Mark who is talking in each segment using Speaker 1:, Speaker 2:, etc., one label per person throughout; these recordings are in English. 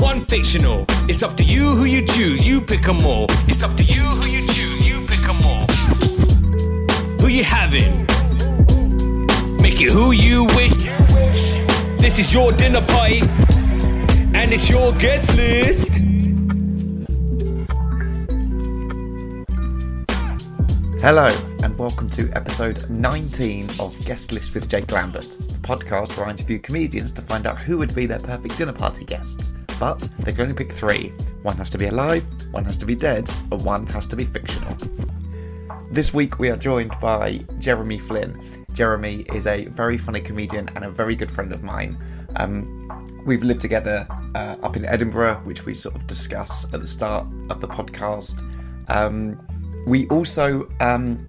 Speaker 1: one fictional. It's up to you who you choose. You pick 'em all. It's up to you who you choose. You pick 'em all. Who you having? Make it who you wish. This is your dinner party, and it's your guest list.
Speaker 2: Hello, and welcome to episode 19 of Guest List with Jake Lambert, the podcast where I interview comedians to find out who would be their perfect dinner party guests. But they can only pick three one has to be alive, one has to be dead, and one has to be fictional. This week we are joined by Jeremy Flynn. Jeremy is a very funny comedian and a very good friend of mine. Um, we've lived together uh, up in Edinburgh, which we sort of discuss at the start of the podcast. Um, we also um,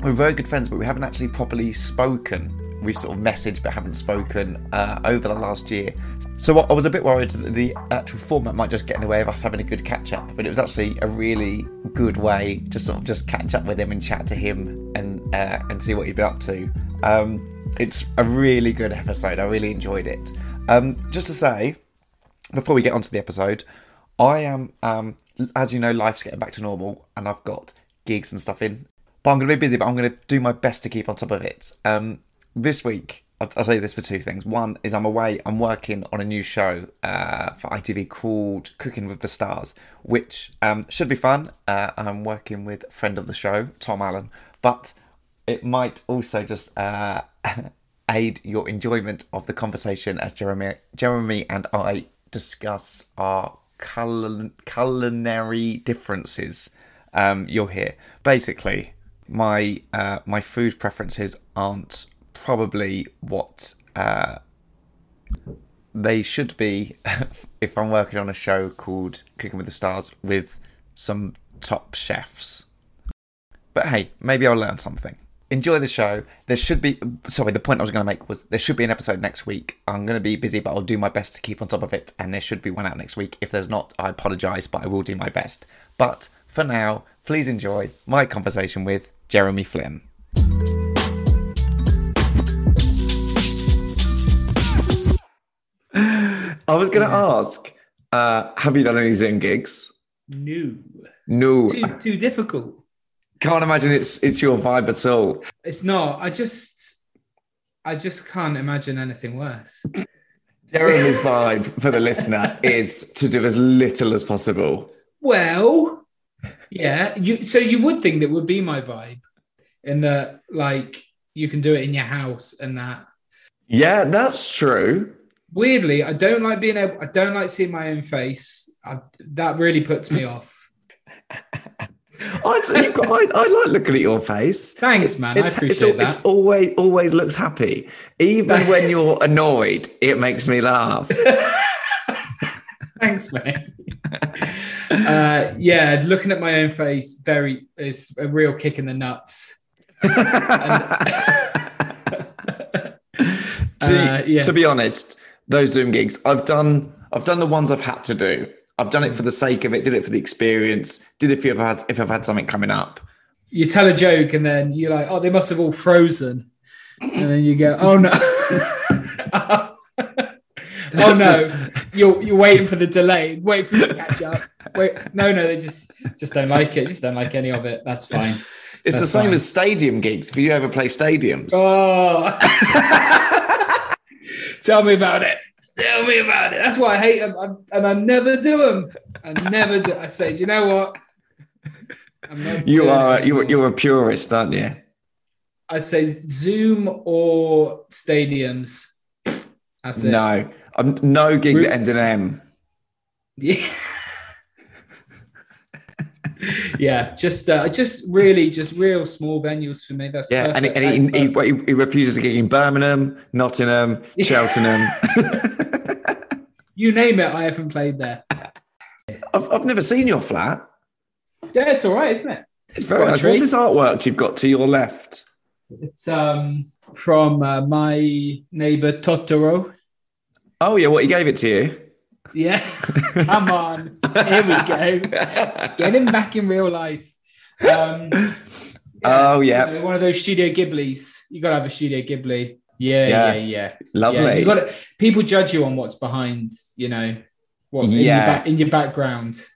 Speaker 2: we're very good friends, but we haven't actually properly spoken. We've sort of messaged but haven't spoken uh, over the last year. So I I was a bit worried that the actual format might just get in the way of us having a good catch up, but it was actually a really good way to sort of just catch up with him and chat to him and uh, and see what he'd been up to. Um, it's a really good episode. I really enjoyed it. Um, just to say, before we get onto the episode, I am, um, as you know, life's getting back to normal and I've got gigs and stuff in. But I'm going to be busy, but I'm going to do my best to keep on top of it. Um, this week, I'll, I'll tell you this for two things. One is I'm away, I'm working on a new show uh, for ITV called Cooking with the Stars, which um, should be fun. Uh, I'm working with a friend of the show, Tom Allen, but it might also just uh, aid your enjoyment of the conversation as Jeremy, Jeremy and I discuss our culin- culinary differences. Um, you'll hear basically my uh, my food preferences aren't probably what uh, they should be if I'm working on a show called Cooking with the Stars with some top chefs. But hey, maybe I'll learn something. Enjoy the show. There should be sorry, the point I was going to make was there should be an episode next week. I'm going to be busy, but I'll do my best to keep on top of it and there should be one out next week. If there's not, I apologize, but I will do my best. But for now, please enjoy my conversation with Jeremy Flynn. I was going to ask, uh, have you done any Zoom gigs?
Speaker 3: No.
Speaker 2: No,
Speaker 3: Too, too difficult.
Speaker 2: can't imagine it's it's your vibe at all.
Speaker 3: It's not. I just I just can't imagine anything worse.
Speaker 2: Jeremy's vibe for the listener is to do as little as possible.
Speaker 3: Well, yeah. You so you would think that would be my vibe in that like you can do it in your house and that.
Speaker 2: Yeah, that's true.
Speaker 3: Weirdly, I don't like being able I don't like seeing my own face. I, that really puts me off.
Speaker 2: I'd, say you've got, I, I like looking at your face.
Speaker 3: Thanks, man. I
Speaker 2: it's,
Speaker 3: appreciate
Speaker 2: it's always always looks happy. Even when you're annoyed, it makes me laugh.
Speaker 3: that. Thanks, mate. Uh, yeah, looking at my own face, very is a real kick in the nuts.
Speaker 2: to,
Speaker 3: Uh, yeah.
Speaker 2: to be honest, those Zoom gigs, I've done I've done the ones I've had to do. I've done it for the sake of it, did it for the experience, did it if you've had if I've had something coming up.
Speaker 3: you tell a joke and then you're like, oh, they must have all frozen. And then you go, oh no. oh no. You're you're waiting for the delay, wait for it to catch up. Wait, no, no, they just just don't like it, just don't like any of it. That's fine.
Speaker 2: It's
Speaker 3: That's
Speaker 2: the same
Speaker 3: fine.
Speaker 2: as stadium gigs. If you ever play stadiums,
Speaker 3: Oh tell me about it. Tell me about it. That's why I hate them. I'm, and I never do them. I never do I say, do you know what? I'm not
Speaker 2: you
Speaker 3: doing it
Speaker 2: are you
Speaker 3: anymore."
Speaker 2: you're a purist, aren't you?
Speaker 3: I say Zoom or stadiums. That's it.
Speaker 2: No, um, no gig
Speaker 3: Root-
Speaker 2: that ends in an M.
Speaker 3: Yeah. yeah, just uh, just really just real small venues for me. That's
Speaker 2: Yeah, and, he,
Speaker 3: perfect.
Speaker 2: and he,
Speaker 3: That's
Speaker 2: he, he, he refuses a gig in Birmingham, Nottingham,
Speaker 3: Yeah.
Speaker 2: Cheltenham.
Speaker 3: You name it, I haven't played there.
Speaker 2: I've, I've never seen your flat.
Speaker 3: Yeah, it's all right, isn't it?
Speaker 2: It's very
Speaker 3: Got a
Speaker 2: nice. What's
Speaker 3: tree?
Speaker 2: this artwork you've got to your left?
Speaker 3: It's um from uh, my neighbor Totoro.
Speaker 2: Oh yeah, what he gave it to you?
Speaker 3: Yeah, come on, here we go. Get him back in real life. Um,
Speaker 2: Oh
Speaker 3: you
Speaker 2: yeah,
Speaker 3: know, one of those Studio Ghiblis. You gotta have a Studio Ghibli. Yeah,
Speaker 2: Yeah.
Speaker 3: yeah, yeah.
Speaker 2: lovely.
Speaker 3: Yeah, you got to, people judge you on what's behind, you know, what in,
Speaker 2: Yeah.
Speaker 3: your, back, in your background. So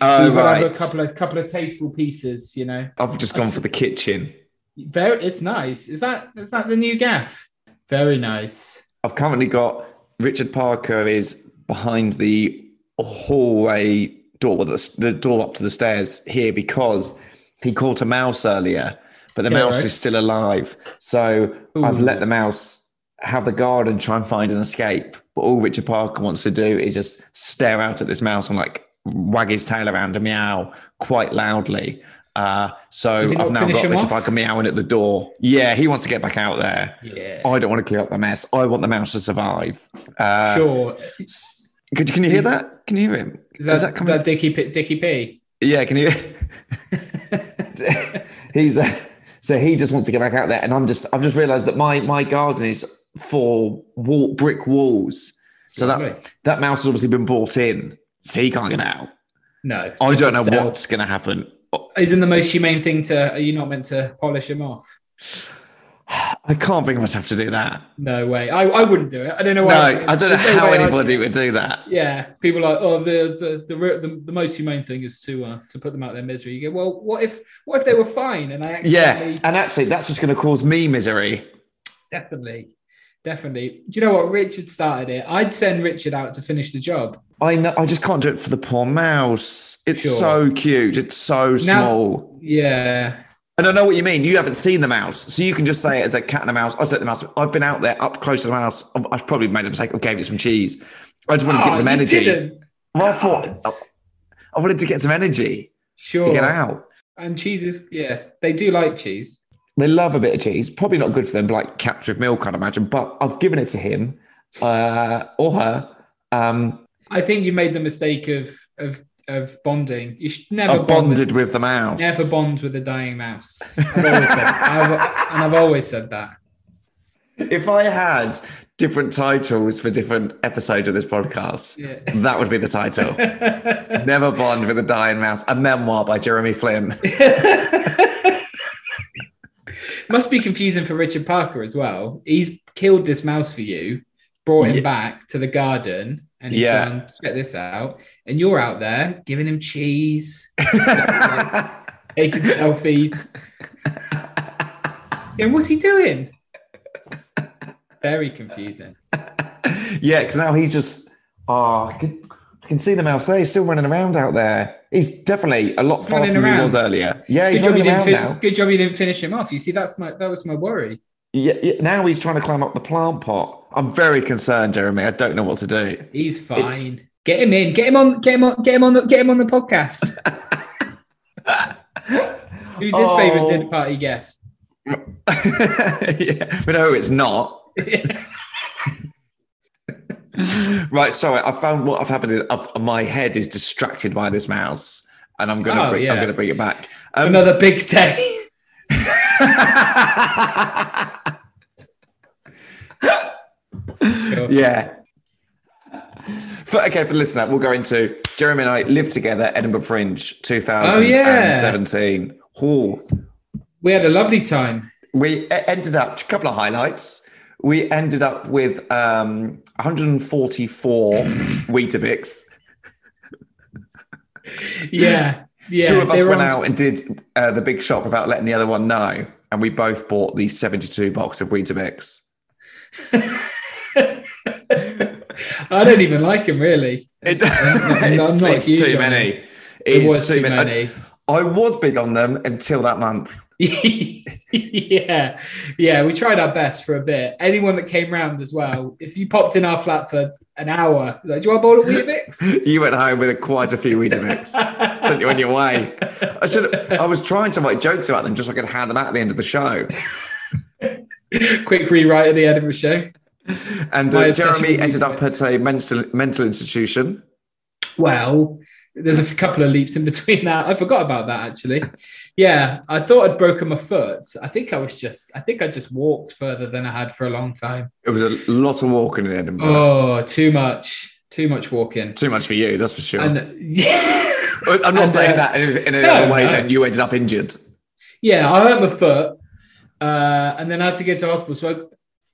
Speaker 2: oh
Speaker 3: you've got to have a
Speaker 2: right,
Speaker 3: couple of couple of tasteful pieces, you know.
Speaker 2: I've just gone for the kitchen.
Speaker 3: Very, it's nice. Is that is that the new gaff? Very nice.
Speaker 2: I've currently got Richard Parker is behind the hallway door, well, the, the door up to the stairs here because he caught a mouse earlier, but the
Speaker 3: Yeah,
Speaker 2: mouse
Speaker 3: right.
Speaker 2: is still alive. So I've
Speaker 3: Ooh.
Speaker 2: let the mouse have the guard and try and find an escape. But all Richard Parker wants to do is just stare out at this mouse and like wag his tail around and meow quite loudly. Uh, so
Speaker 3: Does he not
Speaker 2: I've now
Speaker 3: finish
Speaker 2: got
Speaker 3: him
Speaker 2: Richard
Speaker 3: off?
Speaker 2: Parker meowing at the door. Yeah, he wants to get back out there.
Speaker 3: Yeah.
Speaker 2: I don't want to clear up the mess. I want the mouse to survive. Uh,
Speaker 3: sure.
Speaker 2: s- Could, can you hear that? Can you hear him?
Speaker 3: Is that,
Speaker 2: Is that
Speaker 3: that,
Speaker 2: coming?
Speaker 3: Dickie P, Dickie P?
Speaker 2: yeah, can you? He's uh, so he just wants to get back out there, and I'm just I've just realised that my my garden is for wall, brick walls, so
Speaker 3: Lovely.
Speaker 2: that that mouse has obviously been bought in, so he can't get out.
Speaker 3: No.
Speaker 2: I
Speaker 3: just
Speaker 2: don't
Speaker 3: to
Speaker 2: know
Speaker 3: sell.
Speaker 2: what's going to happen.
Speaker 3: Isn't the most humane thing to? Are you not meant to polish him off?
Speaker 2: I can't bring myself to do that.
Speaker 3: No way. I, I wouldn't do it. I don't know
Speaker 2: No,
Speaker 3: why.
Speaker 2: I don't know
Speaker 3: there's no
Speaker 2: how
Speaker 3: way I'd do
Speaker 2: anybody would do that.
Speaker 3: yeah people are oh the the, the re- the the most humane thing is to uh, to put them out of their misery you go well what if what if they were fine and i accidentally
Speaker 2: Yeah, and actually, that's just going to cause me misery.
Speaker 3: definitely definitely do you know what richard started it i'd send richard out to finish the job
Speaker 2: I know, I just can't do it for the poor mouse. It's
Speaker 3: Sure.
Speaker 2: so cute. It's so small.
Speaker 3: yeah
Speaker 2: And I know what you mean. You haven't seen the mouse, so you can just say it as a cat and a mouse. I said the mouse. I've been out there up close to the mouse. I've, I've probably made a mistake. I gave it some cheese. I just wanted to
Speaker 3: Oh,
Speaker 2: get some
Speaker 3: you
Speaker 2: energy.
Speaker 3: didn't.
Speaker 2: Well, I thought I wanted to get some energy
Speaker 3: sure
Speaker 2: to get out.
Speaker 3: and cheeses yeah they do like cheese
Speaker 2: They love a bit of cheese. Probably not good for them, but like capture of milk, I'd imagine. But I've given it to him uh, or her. Um,
Speaker 3: i think you made the mistake of of of bonding you should never
Speaker 2: I've
Speaker 3: bond with-
Speaker 2: bonded with the mouse.
Speaker 3: never bond with a dying mouse I've always said, I've, and i've always said that
Speaker 2: If I had different titles for different episodes of this podcast,
Speaker 3: yeah
Speaker 2: that would be the title. Never Bond with a Dying Mouse, a memoir by Jeremy Flynn.
Speaker 3: Must be confusing for Richard Parker as well. He's killed this mouse for you, brought him
Speaker 2: Yeah.
Speaker 3: back to the garden, and he's
Speaker 2: Yeah.
Speaker 3: gone, check this out. And you're out there giving him cheese, taking selfies. and what's he doing? Very confusing.
Speaker 2: yeah, because now he's just, oh, I can, I can see the mouse there. He's still running around out there. He's definitely a lot faster
Speaker 3: Running
Speaker 2: than he
Speaker 3: around.
Speaker 2: was earlier. Yeah,
Speaker 3: Good
Speaker 2: he's
Speaker 3: job, you
Speaker 2: running
Speaker 3: didn't
Speaker 2: around
Speaker 3: fin-
Speaker 2: now.
Speaker 3: good job you didn't finish him off. You see, that's my that was my worry.
Speaker 2: Yeah, yeah, now he's trying to climb up the plant pot. I'm very concerned, Jeremy. I don't know what to do.
Speaker 3: He's fine. Get him in. Get him on. Get him on. Get him on. The, get him on the podcast. Who's his
Speaker 2: Oh.
Speaker 3: favorite dinner party guest?
Speaker 2: yeah, but no, it's not. right, sorry. I found what I've happened. Is I've, my head is distracted by this mouse, and I'm gonna
Speaker 3: Oh,
Speaker 2: bring, I'm
Speaker 3: yeah.
Speaker 2: gonna bring it back. Um,
Speaker 3: Another big day. Sure.
Speaker 2: yeah. For, okay, for the listener, we'll go into Jeremy and I lived together Edinburgh Fringe
Speaker 3: Oh,
Speaker 2: 2017. Oh,
Speaker 3: We had a lovely time.
Speaker 2: we e- ended up a couple of highlights. We ended up with um, 144 Weetabix.
Speaker 3: Yeah. Yeah.
Speaker 2: Two of us
Speaker 3: they were
Speaker 2: went
Speaker 3: on-
Speaker 2: out and did uh, the big shop without letting the other one know, and we both bought the 72 box of Weetabix.
Speaker 3: I don't even like him really.
Speaker 2: It,
Speaker 3: I'm not
Speaker 2: it's,
Speaker 3: huge
Speaker 2: too
Speaker 3: on
Speaker 2: many.
Speaker 3: It
Speaker 2: It's
Speaker 3: was too many.
Speaker 2: I, I was big on them until that month.
Speaker 3: yeah, yeah, we tried our best for a bit. Anyone that came round as well, if you popped in our flat for an hour, like, do you want a bowl of Weetabix?
Speaker 2: You went home with quite a few Weetabix. Sent you on your way. I should. I was trying to write jokes about them, just so I could hand them out at the end of the show.
Speaker 3: Quick rewrite of the Edinburgh show.
Speaker 2: And
Speaker 3: My
Speaker 2: uh,
Speaker 3: obsession
Speaker 2: Jeremy
Speaker 3: with
Speaker 2: ended up at a mental mental institution.
Speaker 3: Well, there's a couple of leaps in between that. I forgot about that actually. Yeah, I thought I'd broken my foot. I think I was just, I think I just walked further than I had for a long time.
Speaker 2: It was a lot of walking in Edinburgh.
Speaker 3: Oh, too much, too much walking.
Speaker 2: Too much for you, that's for sure.
Speaker 3: And yeah,
Speaker 2: I'm not
Speaker 3: and,
Speaker 2: saying
Speaker 3: uh,
Speaker 2: that in, in any
Speaker 3: no,
Speaker 2: other way
Speaker 3: no.
Speaker 2: that you ended up injured.
Speaker 3: yeah, I hurt my foot, uh, and then I had to get to hospital. So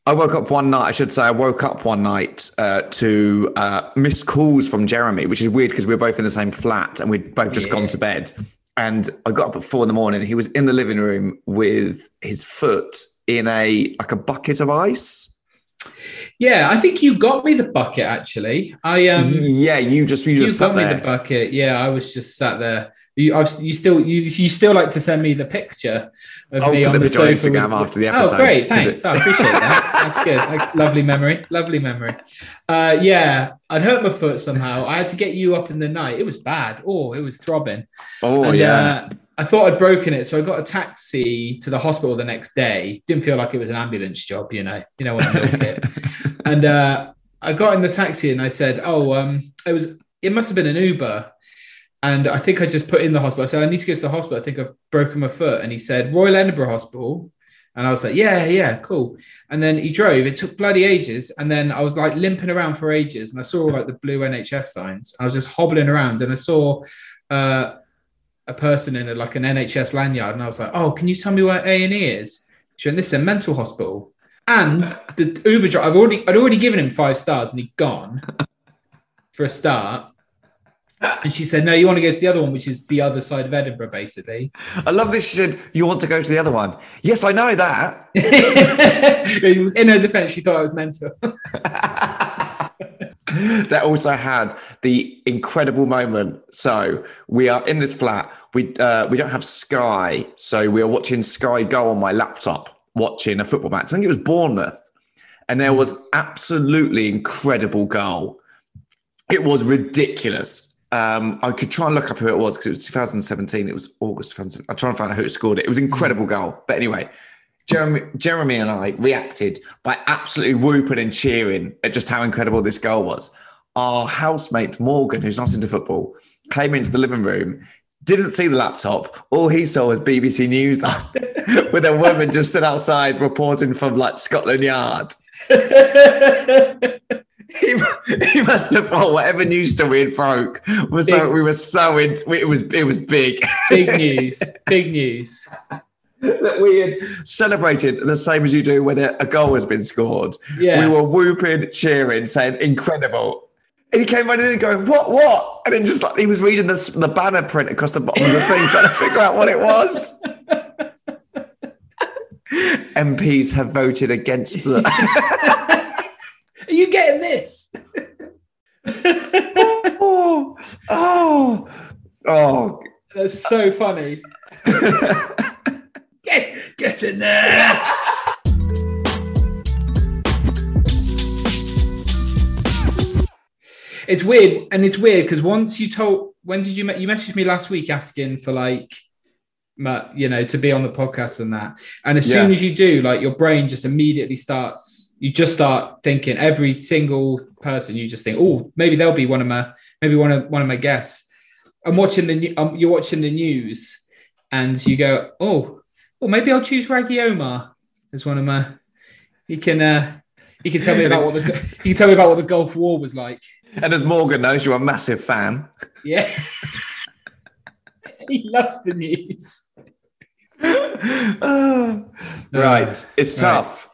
Speaker 3: I,
Speaker 2: I woke up one night, I should say, I woke up one night uh, to uh, missed calls from Jeremy, which is weird because we were both in the same flat and we'd both just
Speaker 3: Yeah.
Speaker 2: gone to bed. And I got up at four in the morning. He was in the living room with his foot in a like a bucket of ice.
Speaker 3: yeah, I think you got me the bucket actually. I um,
Speaker 2: yeah, you just you
Speaker 3: you
Speaker 2: just
Speaker 3: got
Speaker 2: sat
Speaker 3: me the
Speaker 2: there.
Speaker 3: bucket. Yeah, I was just sat there. You, I've, you still, you, you still like to send me the picture of
Speaker 2: I'll
Speaker 3: me
Speaker 2: Oh, put
Speaker 3: on
Speaker 2: the
Speaker 3: the
Speaker 2: picture on
Speaker 3: sofa.
Speaker 2: Instagram
Speaker 3: with-
Speaker 2: after the episode,
Speaker 3: Oh, great!
Speaker 2: 'cause
Speaker 3: Thanks.
Speaker 2: it-
Speaker 3: I appreciate that. That's good. That's lovely memory. Lovely memory. Uh, yeah, I'd hurt my foot somehow. I had to get you up in the night. It was bad. Oh, it was throbbing.
Speaker 2: Oh
Speaker 3: And,
Speaker 2: yeah.
Speaker 3: Uh, I thought I'd broken it, so I got a taxi to the hospital the next day. Didn't feel like it was an ambulance job, you know. You know what I mean. and uh, I got in the taxi and I said, "Oh, um, it was. It must have been an Uber." And I think I just put in the hospital. I said, "I need to go to the hospital. I think I've broken my foot." And he said, "Royal Edinburgh Hospital." And I was like, "Yeah, yeah, cool." And then he drove. It took bloody ages. And then I was like limping around for ages. And I saw like the blue NHS signs. I was just hobbling around, and I saw. Uh, a person in a, like an NHS lanyard, and I was like, "Oh, can you tell me where A and E is?" She went, "This is a mental hospital." And the Uber driver, I've already, I'd already given him five stars, and he'd gone for a start. And she said, "No, you want to go to the other one, which is the other side of Edinburgh, basically."
Speaker 2: I love this. She said, You want to go to the other one? Yes, I know that.
Speaker 3: in her defence, she thought I was mental.
Speaker 2: that also had the incredible moment. So we are in this flat. We uh, we don't have Sky, so we are watching Sky Go on my laptop, watching a football match. I think it was Bournemouth, and there was absolutely incredible goal. It was ridiculous. Um, I could try and look up who it was because it was 2017. It was August 2017. I'm trying to find out who scored it. It was an incredible goal. But anyway, Jeremy, Jeremy and I reacted by absolutely whooping and cheering at just how incredible this goal was. Our housemate Morgan, who's not into football, came into the living room, didn't see the laptop. All he saw was BBC News up with a woman just stood outside reporting from like Scotland Yard. He, he must have thought whatever news story it broke was so
Speaker 3: Big.
Speaker 2: we were so in, it was it was big.
Speaker 3: big news, big news.
Speaker 2: that we had celebrated the same as you do when a, a goal has been scored.
Speaker 3: Yeah.
Speaker 2: We were whooping, cheering, saying incredible. And he came running in going, What, what? And then just like he was reading the, s- the banner print across the bottom of the thing, trying to figure out what it was. MPs have voted against the.
Speaker 3: Are you getting this?
Speaker 2: oh, oh, oh.
Speaker 3: That's so funny. get, get in there. it's weird, and it's weird because once you told, when did you me- you messaged me last week asking for like, ma- you know, to be on the podcast and that, and as soon
Speaker 2: Yeah.
Speaker 3: as you do, like your brain just immediately starts. You just start thinking every single person. You just think, oh, maybe they'll be one of my maybe one of one of my guests. I'm watching the new- um, you're watching the news, and you go, oh, well, maybe I'll choose Raggy Omar as one of my. He can uh, he can tell me about what the he can tell me about what the Gulf War was like.
Speaker 2: And as Morgan knows, you're a massive fan.
Speaker 3: Yeah, he loves the news.
Speaker 2: Oh. Right. It's
Speaker 3: Right.
Speaker 2: tough.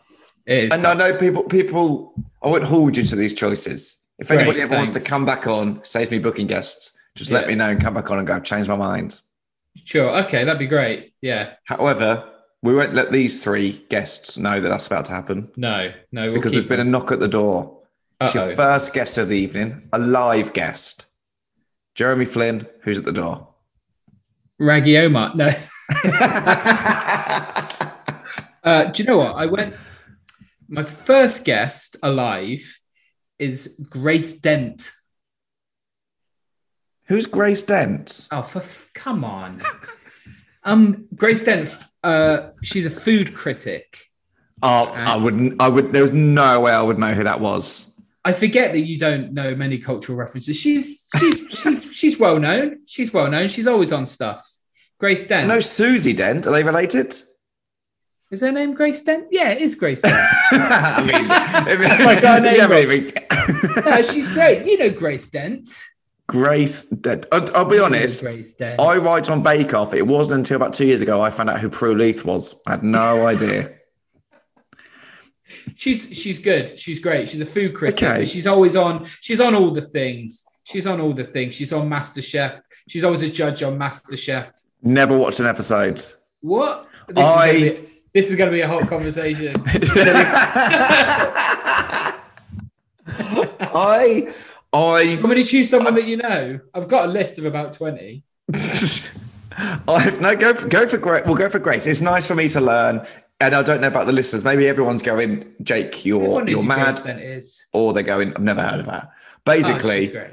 Speaker 3: It is.
Speaker 2: and I know people. People, I won't hold you to these choices. If
Speaker 3: Great,
Speaker 2: anybody ever wants to
Speaker 3: thanks.
Speaker 2: come back on, saves me booking guests. Just let
Speaker 3: Yeah.
Speaker 2: me know and come back on and go. I've changed my mind.
Speaker 3: sure. Okay, that'd be great. Yeah.
Speaker 2: However, we won't let these three guests know that that's about to happen
Speaker 3: No. No. We'll
Speaker 2: because there's been a knock at the door. It's your
Speaker 3: Uh-oh.
Speaker 2: first guest of the evening, a live guest, Jeremy Flynn, who's at the door.
Speaker 3: Raggy Omar. No. Uh, do you know what? I went. My first guest alive is Grace Dent.
Speaker 2: Who's Grace Dent?
Speaker 3: Oh, for f- come on. Um, Grace Dent. Uh, she's a food critic.
Speaker 2: Oh,
Speaker 3: Uh.
Speaker 2: I wouldn't. I would. There was no way I would know who that was.
Speaker 3: I forget that you don't know many cultural references. She's she's she's she's well known. She's well known. She's always on stuff. Grace
Speaker 2: I
Speaker 3: Dent.
Speaker 2: know Susie Dent. Are they related?
Speaker 3: Is her name Grace Dent? Yeah, it is Grace Dent.
Speaker 2: I mean, if,
Speaker 3: Like our
Speaker 2: if
Speaker 3: name
Speaker 2: you have
Speaker 3: was-
Speaker 2: anything-
Speaker 3: no, she's great. You know Grace Dent.
Speaker 2: Grace Dent. I'll, I'll be
Speaker 3: You know
Speaker 2: honest.
Speaker 3: Grace Dent.
Speaker 2: I write on Bake Off. It wasn't until about two years ago I found out who Prue Leith was. I had no idea.
Speaker 3: She's she's good. She's great. She's a food critic.
Speaker 2: Okay.
Speaker 3: but She's always on. She's on all the things. She's on all the things. She's on MasterChef. She's always a judge on MasterChef.
Speaker 2: Never watched an episode.
Speaker 3: What? This
Speaker 2: I-
Speaker 3: is gonna be, this is going to be a hot conversation.
Speaker 2: I, I,
Speaker 3: I'm going to choose someone that you know. I've got a list of about twenty.
Speaker 2: I no go for, go for Grace. We'll go for Grace. It's nice for me to learn, and I don't know about the listeners. Maybe everyone's going, Jake, you're
Speaker 3: Everyone knows
Speaker 2: you're
Speaker 3: who
Speaker 2: mad,
Speaker 3: Grace Dent is.
Speaker 2: or they're going, I've never heard of her.
Speaker 3: Oh, she's
Speaker 2: Basically,
Speaker 3: great.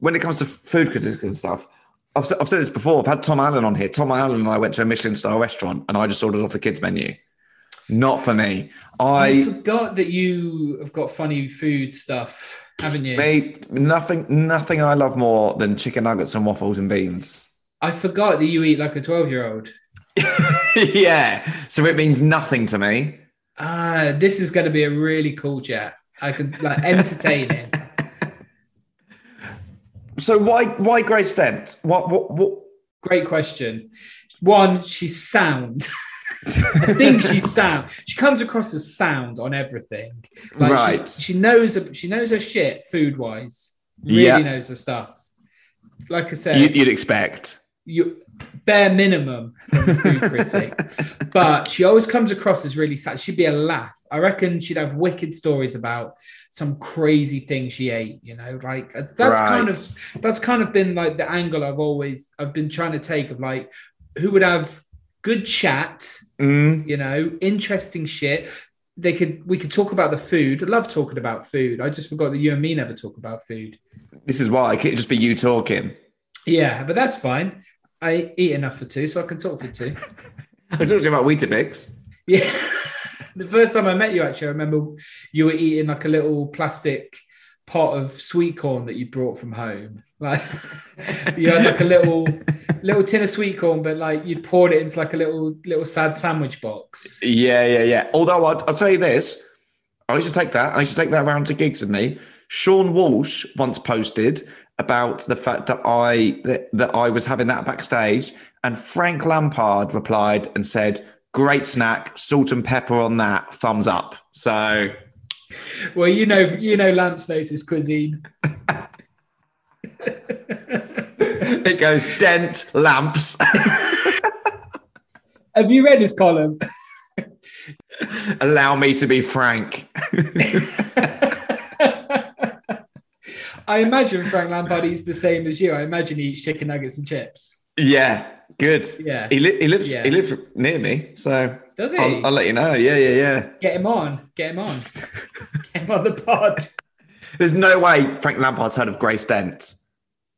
Speaker 2: when it comes to food critics and stuff, I've, s- I've said this before. I've had Tom Allen on here. Tom Allen and I went to a Michelin star restaurant, and I just ordered off the kids menu. Not for me.
Speaker 3: I,
Speaker 2: I
Speaker 3: forgot that you have got funny food stuff, haven't you?
Speaker 2: me nothing nothing I love more than chicken nuggets and waffles and beans.
Speaker 3: I forgot that you eat like a twelve-year-old.
Speaker 2: yeah. So it means nothing to me.
Speaker 3: Ah, this is going to be a really cool chat. I can like entertain him.
Speaker 2: So why why Grace Dent? What what what?
Speaker 3: Great question. One, she's sound. I think she's sound. She comes across as sound on everything. Like she-
Speaker 2: Right.
Speaker 3: She, knows she knows her shit food wise. Really
Speaker 2: Yeah.
Speaker 3: knows her stuff. Like I said,
Speaker 2: You,
Speaker 3: you,
Speaker 2: you'd expect.
Speaker 3: bare minimum from a food critic. But she always comes across as really sad. She'd be a laugh. I reckon she'd have wicked stories about some crazy thing she ate, you know, like that's that's kind of
Speaker 2: Right.
Speaker 3: that's kind of been like the angle I've always I've been trying to take of like who would have good chat,
Speaker 2: Mm,
Speaker 3: you know, interesting shit. They could we could talk about the food. I love talking about food. I just forgot that you and me never talk about food.
Speaker 2: this is why. Could it just be you talking?
Speaker 3: Yeah, but that's fine. I eat enough for two, so I can talk for two.
Speaker 2: I talked to you about Weetabix.
Speaker 3: Yeah. the first time I met you, actually, I remember you were eating like a little plastic pot of sweet corn that you brought from home. Like you had like a little little tin of sweet corn, but like you'd poured it into like a little little sad sandwich box.
Speaker 2: Yeah, yeah, yeah. Although I'll, I'll tell you this, I used to take that. I used to take that round to gigs with me. Sean Walsh once posted about the fact that I that, that I was having that backstage, and Frank Lampard replied and said, "Great snack, salt and pepper on that. Thumbs up." So
Speaker 3: Well, you know, you know Lamps knows his cuisine.
Speaker 2: it goes dent lamps,
Speaker 3: Have you read his column?
Speaker 2: allow me to be frank.
Speaker 3: I imagine Frank Lampard eats the same as you. I imagine he eats chicken nuggets and chips.
Speaker 2: Yeah, good.
Speaker 3: Yeah.
Speaker 2: he, li- he lives
Speaker 3: Yeah.
Speaker 2: he lives near me, so
Speaker 3: Does he?
Speaker 2: I'll, I'll let you know. Yeah, yeah, yeah.
Speaker 3: Get him on. Get him on. Get him on the pod.
Speaker 2: There's no way Frank Lampard's heard of Grace Dent.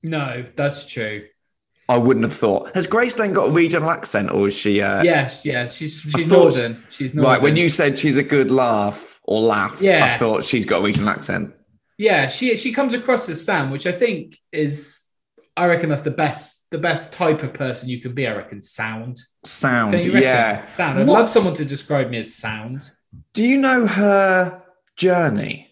Speaker 3: No, that's true.
Speaker 2: I wouldn't have thought. Has Grace Dent got a regional accent, or is she? Uh,
Speaker 3: yeah, yeah. She's she's
Speaker 2: I thought-
Speaker 3: northern. She's northern.
Speaker 2: Right. When you said she's a good laugh or laugh, I
Speaker 3: Yeah.
Speaker 2: thought she's got a regional accent.
Speaker 3: yeah, she she comes across as Sam, which I think is I reckon that's the best the best type of person you can be. I reckon sound.
Speaker 2: Sound.
Speaker 3: Don't you reckon?
Speaker 2: Yeah.
Speaker 3: sound. I'd
Speaker 2: What?
Speaker 3: love someone to describe me as sound.
Speaker 2: Do you know her journey?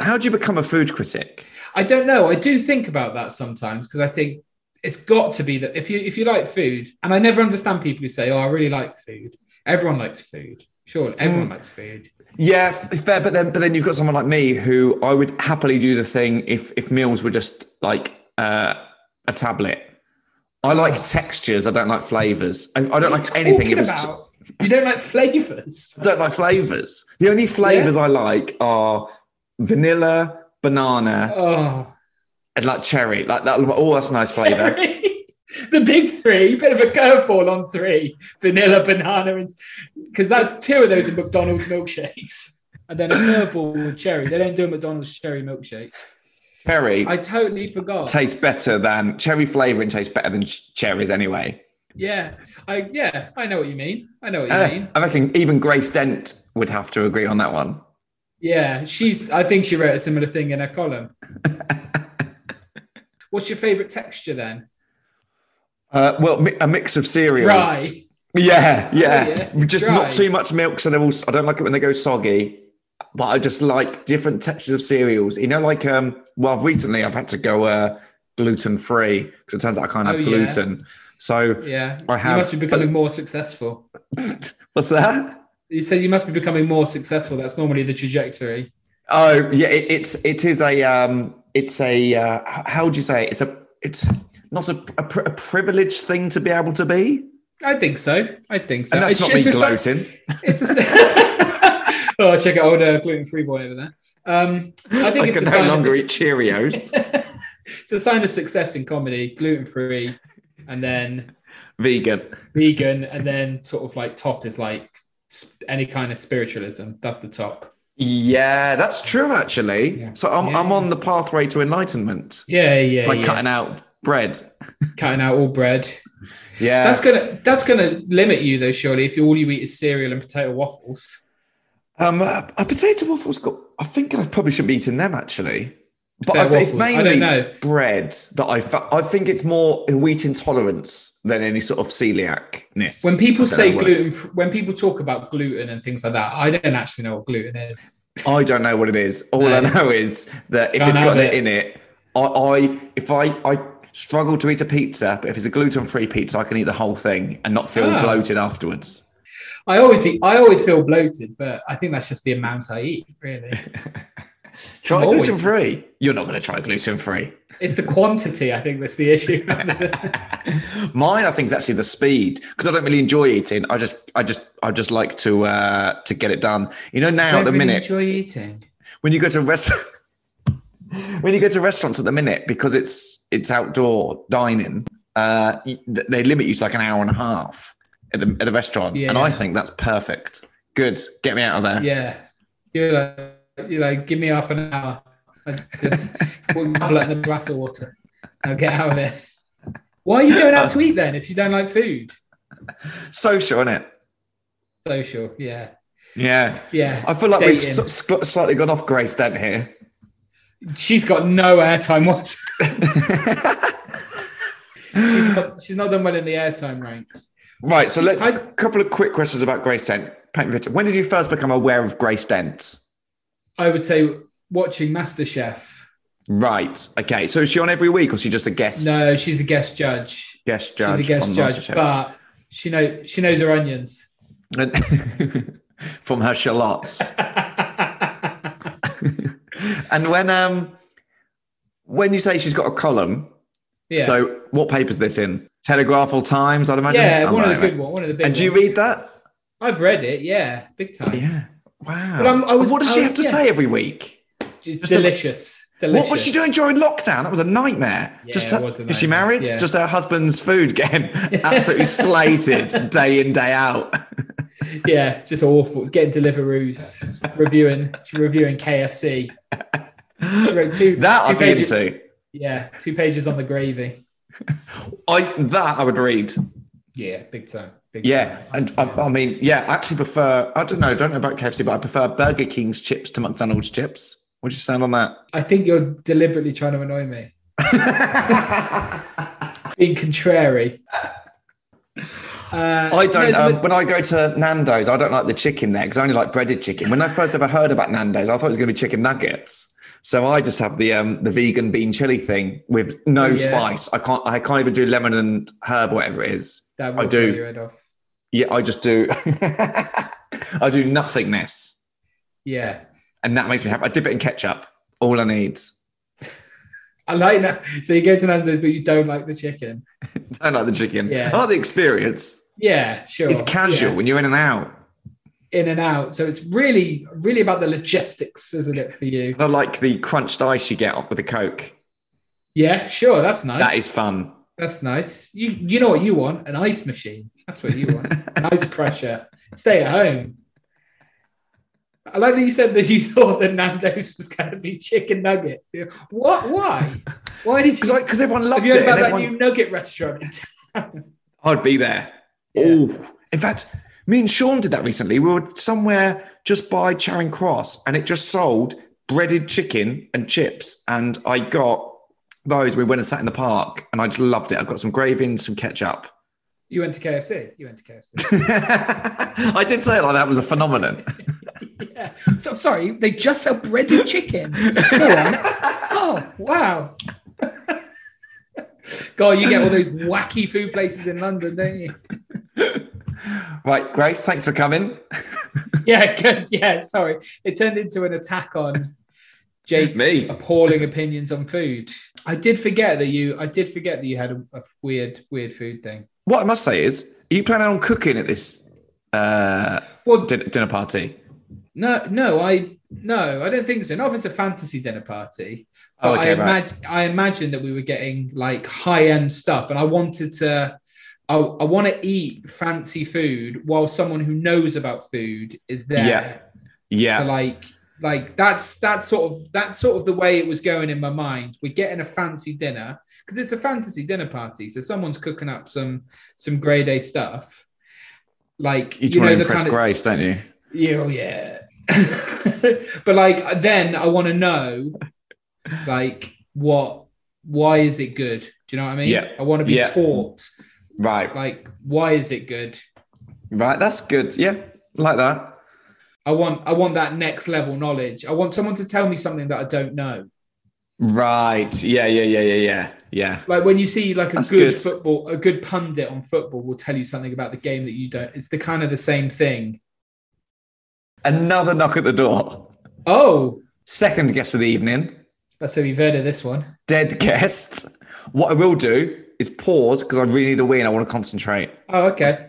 Speaker 2: How do you become a food critic?
Speaker 3: I don't know. I do think about that sometimes because I think it's got to be that if you if you like food, and I never understand people who say, "Oh, I really like food." Everyone likes food. Sure, everyone
Speaker 2: Hmm.
Speaker 3: likes food.
Speaker 2: Yeah, f- fair. But then, but then you've got someone like me who I would happily do the thing if if meals were just like uh, a tablet. I
Speaker 3: Oh.
Speaker 2: like textures. I don't like flavors. I, I don't like anything.
Speaker 3: Talking
Speaker 2: If it's
Speaker 3: about, you don't like flavors.
Speaker 2: I don't like flavors. The only flavors I like are vanilla, banana,
Speaker 3: Oh,
Speaker 2: and like cherry. Like that. Oh, that's a nice flavor.
Speaker 3: Cherry. the big three, bit of a curveball on three: vanilla, banana, and because that's two of those are McDonald's milkshakes, and then a curveball with cherry. They don't do a McDonald's cherry milkshake.
Speaker 2: Cherry
Speaker 3: I totally forgot.
Speaker 2: tastes better than cherry flavoring tastes better than ch- cherries anyway.
Speaker 3: yeah, I yeah, I know what you mean. I know what you
Speaker 2: Uh,
Speaker 3: mean.
Speaker 2: I reckon even Grace Dent would have to agree on that one.
Speaker 3: Yeah, she's. I think she wrote a similar thing in her column. What's your favorite texture then?
Speaker 2: Uh, well, mi- a mix of cereals.
Speaker 3: Rye.
Speaker 2: Yeah, yeah.
Speaker 3: yeah.
Speaker 2: Just
Speaker 3: Dry.
Speaker 2: not too much milk, so they're all. I don't like it when they go soggy. But I just like different textures of cereals. You know, like um. Well, recently I've had to go uh gluten free because it turns out I can't
Speaker 3: Oh,
Speaker 2: have
Speaker 3: yeah.
Speaker 2: gluten. So
Speaker 3: Yeah,
Speaker 2: I have-
Speaker 3: you must be becoming more successful.
Speaker 2: what's that?
Speaker 3: You said you must be becoming more successful. That's normally the trajectory.
Speaker 2: Oh yeah, it, it's it is a um. It's a uh, h- how would you say it? it's a it's not a, a, pri- a privileged thing to be able to be,
Speaker 3: I think so. I think so.
Speaker 2: and that's
Speaker 3: It's-
Speaker 2: not me
Speaker 3: it's a-
Speaker 2: gloating.
Speaker 3: It's a, oh, check out old uh, gluten-free boy over there. Um, I think
Speaker 2: I
Speaker 3: it's
Speaker 2: can
Speaker 3: a sign
Speaker 2: no
Speaker 3: of
Speaker 2: longer
Speaker 3: a-
Speaker 2: eat Cheerios.
Speaker 3: it's a sign of success in comedy: gluten-free, and then
Speaker 2: Vegan.
Speaker 3: vegan, and then sort of like top is like s- any kind of spiritualism. That's the top.
Speaker 2: Yeah, that's true actually.
Speaker 3: Yeah.
Speaker 2: So I'm I'm
Speaker 3: Yeah.
Speaker 2: on the pathway to enlightenment
Speaker 3: Yeah, yeah,
Speaker 2: by
Speaker 3: yeah.
Speaker 2: cutting out bread.
Speaker 3: Cutting out all bread.
Speaker 2: Yeah.
Speaker 3: That's gonna that's gonna limit you though, surely. If all you eat is cereal and potato waffles.
Speaker 2: um a, a potato waffle's got I think I probably shouldn't be eating them actually. But
Speaker 3: Potato
Speaker 2: I, it's
Speaker 3: waffles. I
Speaker 2: mainly
Speaker 3: don't know.
Speaker 2: bread that I fa- I think it's more wheat intolerance than any sort of celiacness.
Speaker 3: When people
Speaker 2: I don't
Speaker 3: say
Speaker 2: know what-
Speaker 3: gluten, when people talk about gluten and things like that, I don't actually know what gluten is.
Speaker 2: I don't know what it is. All I
Speaker 3: No.
Speaker 2: know is that if
Speaker 3: Can't
Speaker 2: it's
Speaker 3: have
Speaker 2: got it.
Speaker 3: it.
Speaker 2: in it, I, I if I I struggle to eat a pizza, but if it's a gluten-free pizza, I can eat the whole thing and not feel
Speaker 3: Ah.
Speaker 2: bloated afterwards.
Speaker 3: I always eat, I always feel bloated, but I think that's just the amount I eat. Really,
Speaker 2: Try
Speaker 3: I'm always-
Speaker 2: gluten free. You're not going to try gluten free.
Speaker 3: it's the quantity. I think that's the issue.
Speaker 2: Mine, I think, is actually the speed because I don't really enjoy eating. I just, I just, I just like to uh, to get it done. You know, now at the minute
Speaker 3: enjoy eating.
Speaker 2: when you go to rest, when you go to restaurants at the minute because it's it's outdoor dining, uh, y- th- they limit you to like an hour and a half at the at the restaurant, and I
Speaker 3: Yeah.
Speaker 2: think that's perfect. Good, get me out of there.
Speaker 3: Yeah, you're like, you're like, give me half an hour. I just put a goblet and a glass of water. I'll get out of there. Why are you going out to eat then if you don't like food?
Speaker 2: Social, isn't it?
Speaker 3: Social, yeah,
Speaker 2: Yeah,
Speaker 3: yeah.
Speaker 2: I feel like we've
Speaker 3: Dating.
Speaker 2: s- s- slightly gone off Grace Dent here.
Speaker 3: She's got no airtime whatsoever. she's, not, she's not done well in the airtime ranks.
Speaker 2: Right, so let's
Speaker 3: I-
Speaker 2: a couple of quick questions about Grace Dent. Paint me a picture. When did you first become aware of Grace Dent?
Speaker 3: I would say watching MasterChef.
Speaker 2: Right. Okay. So is she on every week, or is she just a guest?
Speaker 3: No, she's a guest judge.
Speaker 2: Guest judge.
Speaker 3: she's a guest
Speaker 2: on
Speaker 3: judge,
Speaker 2: MasterChef?
Speaker 3: but she knows she knows her onions.
Speaker 2: From her shallots.
Speaker 3: yeah,
Speaker 2: and when um, when you say she's got a column, so what paper's this in? Telegraph or Times, I'd imagine.
Speaker 3: yeah,
Speaker 2: Oh,
Speaker 3: one of
Speaker 2: right,
Speaker 3: the
Speaker 2: right.
Speaker 3: good one, one of the big.
Speaker 2: And do you
Speaker 3: ones.
Speaker 2: read that?
Speaker 3: I've read it. Yeah, big time.
Speaker 2: Yeah. Wow.
Speaker 3: But I'm- I was-
Speaker 2: what does she
Speaker 3: I-
Speaker 2: have to
Speaker 3: yeah.
Speaker 2: say every week?
Speaker 3: Just
Speaker 2: Just a-
Speaker 3: delicious. delicious.
Speaker 2: What was she doing during lockdown? That was a nightmare.
Speaker 3: Yeah,
Speaker 2: just
Speaker 3: it
Speaker 2: her,
Speaker 3: was a
Speaker 2: is she
Speaker 3: nightmare,
Speaker 2: married?
Speaker 3: yeah.
Speaker 2: Just her husband's food getting absolutely slated day in day out.
Speaker 3: Yeah, just awful. Getting Deliveroos, reviewing, reviewing KFC. She wrote two,
Speaker 2: That
Speaker 3: two
Speaker 2: I'd be
Speaker 3: pages.
Speaker 2: into.
Speaker 3: Yeah, two pages on the gravy.
Speaker 2: I that I would read.
Speaker 3: Yeah, big time. Big
Speaker 2: Yeah,
Speaker 3: time.
Speaker 2: and I, I mean, yeah, I actually prefer. I don't know. Don't know about KFC, but I prefer Burger King's chips to McDonald's chips. What do you sound on that?
Speaker 3: I think you're deliberately trying to annoy me. Being contrary. Uh,
Speaker 2: I don't.
Speaker 3: no, the-
Speaker 2: Um, when I go to Nando's, I don't like the chicken there because I only like breaded chicken. When I first ever heard about Nando's, I thought it was going to be chicken nuggets. So I just have the um, the vegan bean chili thing with no
Speaker 3: Oh, Yeah.
Speaker 2: spice. I can't. I can't even do lemon and herb, whatever it is.
Speaker 3: that
Speaker 2: I
Speaker 3: will
Speaker 2: do.
Speaker 3: blow Your head off.
Speaker 2: Yeah, I just do. I do nothingness,
Speaker 3: Yeah.
Speaker 2: and that makes me happy. I dip it in ketchup. All I need.
Speaker 3: I like that. So you go to Nando's, but you don't like the chicken.
Speaker 2: I like the chicken.
Speaker 3: Yeah.
Speaker 2: I like the experience.
Speaker 3: Yeah, sure.
Speaker 2: It's casual
Speaker 3: Yeah.
Speaker 2: when you're in and out.
Speaker 3: in and out. So it's really, really about the logistics, isn't it, for you?
Speaker 2: And I like the crunched ice you get up with the coke.
Speaker 3: Yeah, sure. That's nice.
Speaker 2: That is fun.
Speaker 3: That's nice. You you know what you want? An ice machine. That's what you want. An ice crusher. Stay at home. I like that you said that you thought that Nando's was going to be chicken nugget. What? Why? Why did you?
Speaker 2: Because because everyone loved
Speaker 3: have you
Speaker 2: it.
Speaker 3: heard
Speaker 2: and
Speaker 3: about that
Speaker 2: everyone-
Speaker 3: new nugget restaurant? in town?
Speaker 2: I'd be there.
Speaker 3: Yeah.
Speaker 2: Oh, in fact, me and Sean did that recently. We were somewhere just by Charing Cross, and it just sold breaded chicken and chips. And I got those. We went and sat in the park, and I just loved it. I got some gravy and some ketchup.
Speaker 3: you went to KFC. You went to KFC.
Speaker 2: I did say it like that was a phenomenon.
Speaker 3: yeah. So sorry, they just sell breaded chicken. Go on. Oh wow. God, you get all those wacky food places in London, don't you?
Speaker 2: right, Grace, thanks for coming.
Speaker 3: Yeah, good. Yeah, sorry. It turned into an attack on Jake's
Speaker 2: Me.
Speaker 3: appalling opinions on food. I did forget that you. I did forget that you had a, a weird, weird food thing.
Speaker 2: What I must say is, are you planning on cooking at this uh,
Speaker 3: Well,
Speaker 2: din- dinner party?
Speaker 3: no, no, I no, I don't think so. Not if it's a fantasy dinner party.
Speaker 2: Oh,
Speaker 3: But
Speaker 2: okay,
Speaker 3: I,
Speaker 2: right.
Speaker 3: imag- I imagine that we were getting like high end stuff, and I wanted to. I, I want to eat fancy food while someone who knows about food is there.
Speaker 2: Yeah. Yeah.
Speaker 3: to like like that's that's sort of that's sort of the way it was going in my mind we're getting a fancy dinner because it's a fantasy dinner party so someone's cooking up some some grade a stuff like
Speaker 2: You
Speaker 3: you,
Speaker 2: just want
Speaker 3: know
Speaker 2: to
Speaker 3: the
Speaker 2: impress
Speaker 3: kind of
Speaker 2: Grace, don't you?
Speaker 3: yeah oh, yeah but like then i want to know like what why is it good do you know what i mean
Speaker 2: Yeah.
Speaker 3: i want to be
Speaker 2: Yeah.
Speaker 3: taught
Speaker 2: Right.
Speaker 3: like why is it good
Speaker 2: Right, that's good. Yeah, like that.
Speaker 3: i want i want that next level knowledge i want someone to tell me something that i don't know
Speaker 2: Right. Yeah, yeah, yeah, yeah, yeah. Yeah.
Speaker 3: like when you see like a
Speaker 2: That's
Speaker 3: good,
Speaker 2: good.
Speaker 3: football a good pundit on football will tell you something about the game that you don't it's the kind of the same thing
Speaker 2: Another knock at the door.
Speaker 3: oh
Speaker 2: Second guest of the evening.
Speaker 3: that's how you've heard of this one
Speaker 2: Dead guest. What I will do is pause because I really need a wee and I want to concentrate.
Speaker 3: oh okay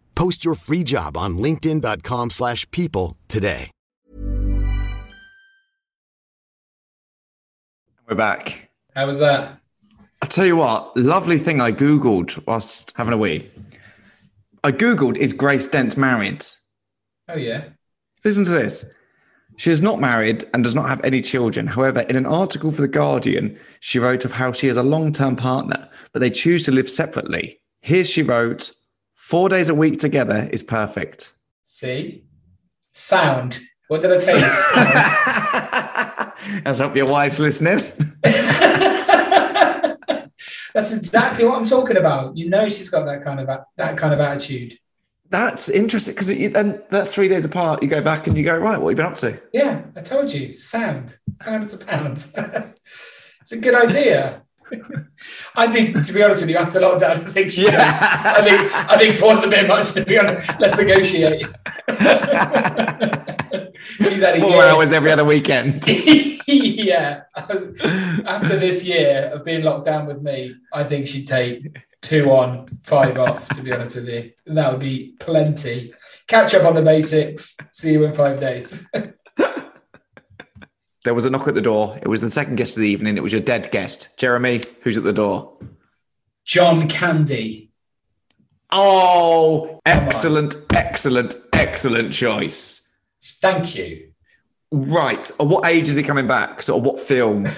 Speaker 4: Post your free job on linkedin.com/people slash people today.
Speaker 2: We're back.
Speaker 3: how was that
Speaker 2: I'll tell you what, lovely thing I Googled whilst having a wee. I Googled, is Grace Dent married?
Speaker 3: oh yeah
Speaker 2: Listen to this. She is not married and does not have any children. However, in an article for The Guardian, she wrote of how she has a long term partner, but they choose to live separately. Here she wrote, Four days a week together is perfect.
Speaker 3: see sound what did i say Sound.
Speaker 2: Let's hope your wife's listening.
Speaker 3: that's exactly what i'm talking about you know she's got that kind of a- that kind of attitude
Speaker 2: That's interesting because then that three days apart, you go back and you go, Right, what have you been up to?
Speaker 3: yeah i told you sound sound is a pound it's a good idea I think, to be honest with you, after lockdown, I think she,
Speaker 2: Yeah.
Speaker 3: I think I think four's a bit much. To be honest, let's negotiate. She's had a
Speaker 2: Four
Speaker 3: year-
Speaker 2: hours every other weekend.
Speaker 3: yeah. After this year of being locked down with me, I think she'd take two on, five off, to be honest with you. And that would be plenty. Catch up on the basics. See you in five days.
Speaker 2: There was a knock at the door. It was the second guest of the evening. It was your dead guest, Jeremy. Who's at the door?
Speaker 3: John Candy.
Speaker 2: Oh,
Speaker 3: Come on.
Speaker 2: excellent, excellent, excellent choice.
Speaker 3: Thank you.
Speaker 2: Right. At what age is he coming back? Sort of what film?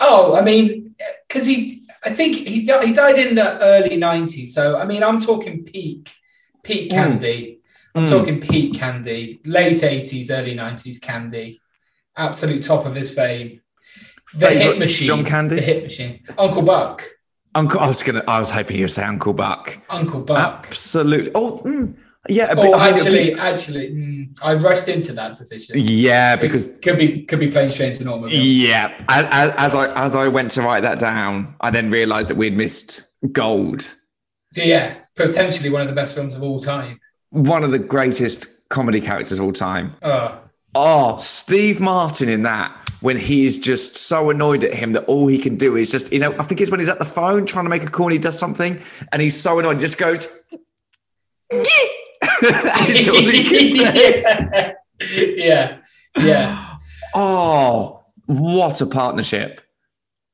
Speaker 3: Oh, I mean, because he, I think he, di- he died in the early 90s. So, I mean, I'm talking peak, peak
Speaker 2: Mm.
Speaker 3: candy. I'm
Speaker 2: Mm.
Speaker 3: talking peak candy, late 80s, early 90s candy. Absolute top of his fame. The
Speaker 2: Favourite
Speaker 3: hit machine.
Speaker 2: John Candy?
Speaker 3: The hit machine. Uncle Buck.
Speaker 2: Uncle. I was gonna. I was hoping you'd say Uncle Buck.
Speaker 3: Uncle Buck.
Speaker 2: Absolutely. Oh, mm, yeah. A
Speaker 3: Oh,
Speaker 2: I think a
Speaker 3: actually,
Speaker 2: bit-
Speaker 3: actually, mm, I rushed into that decision.
Speaker 2: yeah, because
Speaker 3: It could be could be playing Trains and Automobiles.
Speaker 2: yeah. As, as I as I went to write that down, I then realised that we'd missed gold.
Speaker 3: Yeah. potentially one of the best films of all time.
Speaker 2: One of the greatest comedy characters of all time.
Speaker 3: Oh,
Speaker 2: Oh, Steve Martin in that when he's just so annoyed at him that all he can do is just, you know, I think it's when he's at the phone trying to make a call and he does something and he's so annoyed, he just goes, That's all he can do.
Speaker 3: yeah. yeah, yeah,
Speaker 2: Oh, what a partnership.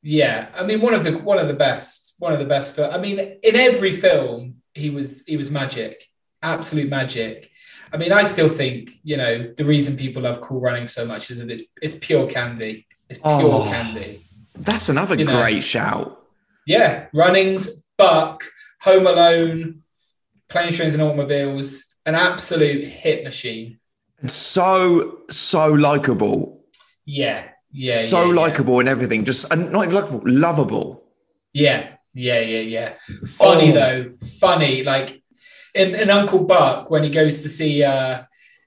Speaker 3: yeah. I mean, one of the one of the best, one of the best. Fil- I mean, in every film, he was he was magic, absolute magic. I mean, I still think you know the reason people love Cool Running so much is that it's it's pure candy. It's pure
Speaker 2: Oh.
Speaker 3: candy.
Speaker 2: That's another
Speaker 3: You know.
Speaker 2: great shout.
Speaker 3: Yeah, Runnings, Buck, Home Alone, Planes, Trains, and Automobiles, an absolute hit machine.
Speaker 2: And so, so likable.
Speaker 3: Yeah, yeah,
Speaker 2: so
Speaker 3: yeah, yeah.
Speaker 2: likable and everything. Just and not even likable, lovable.
Speaker 3: Yeah, yeah, yeah, yeah. Funny
Speaker 2: Oh.
Speaker 3: though, funny. Like in, in Uncle Buck when he goes to see uh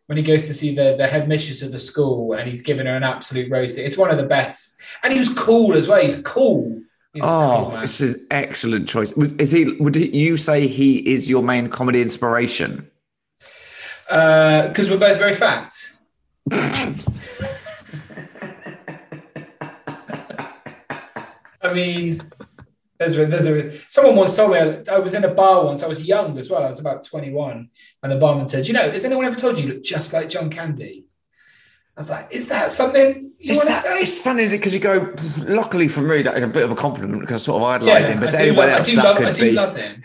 Speaker 3: when he goes to see the the headmistress of the school and he's giving her an absolute roast. It's one of the best, and he was cool as well. He's cool. He was
Speaker 2: Oh,
Speaker 3: cool, man.
Speaker 2: it's an excellent choice. Would- Is he? Would you say he is your main comedy inspiration?
Speaker 3: because Uh, we're both very fat. I mean, there's a, there's a someone once told me I was in a bar once. I was young as well. I was about 21, and the barman said, "You know, has anyone ever told you you look just like John Candy?" I was like, "Is that something you
Speaker 2: It's,
Speaker 3: want to
Speaker 2: that,
Speaker 3: say?"
Speaker 2: it's funny because you go. Luckily for me, that is a bit of a compliment because I sort of idolise him. But to
Speaker 3: I do
Speaker 2: anyone
Speaker 3: love-
Speaker 2: else,
Speaker 3: I do
Speaker 2: that
Speaker 3: love,
Speaker 2: could
Speaker 3: I do
Speaker 2: be.
Speaker 3: love him.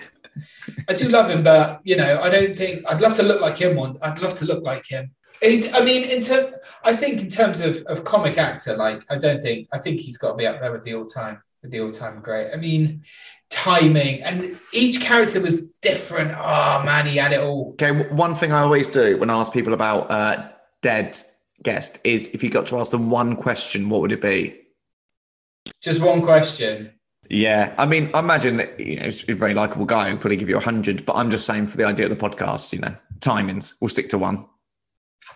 Speaker 3: I do love him, but you know, I don't think I'd love to look like him. One, I'd love to look like him. It, I mean, in term, I think in terms of, of comic actor, like I don't think I think he's got to be up there with the all time with the all time great. I mean, timing and each character was different. Oh man, he had it all.
Speaker 2: Okay, w- one thing I always do when I ask people about uh, dead guest is if you got to ask them one question, what would it be?
Speaker 3: Just one question.
Speaker 2: Yeah, I mean, I imagine that, you know he's a very likable guy. He'll probably give you a hundred, but I'm just saying for the idea of the podcast, you know, timings. We'll stick to one.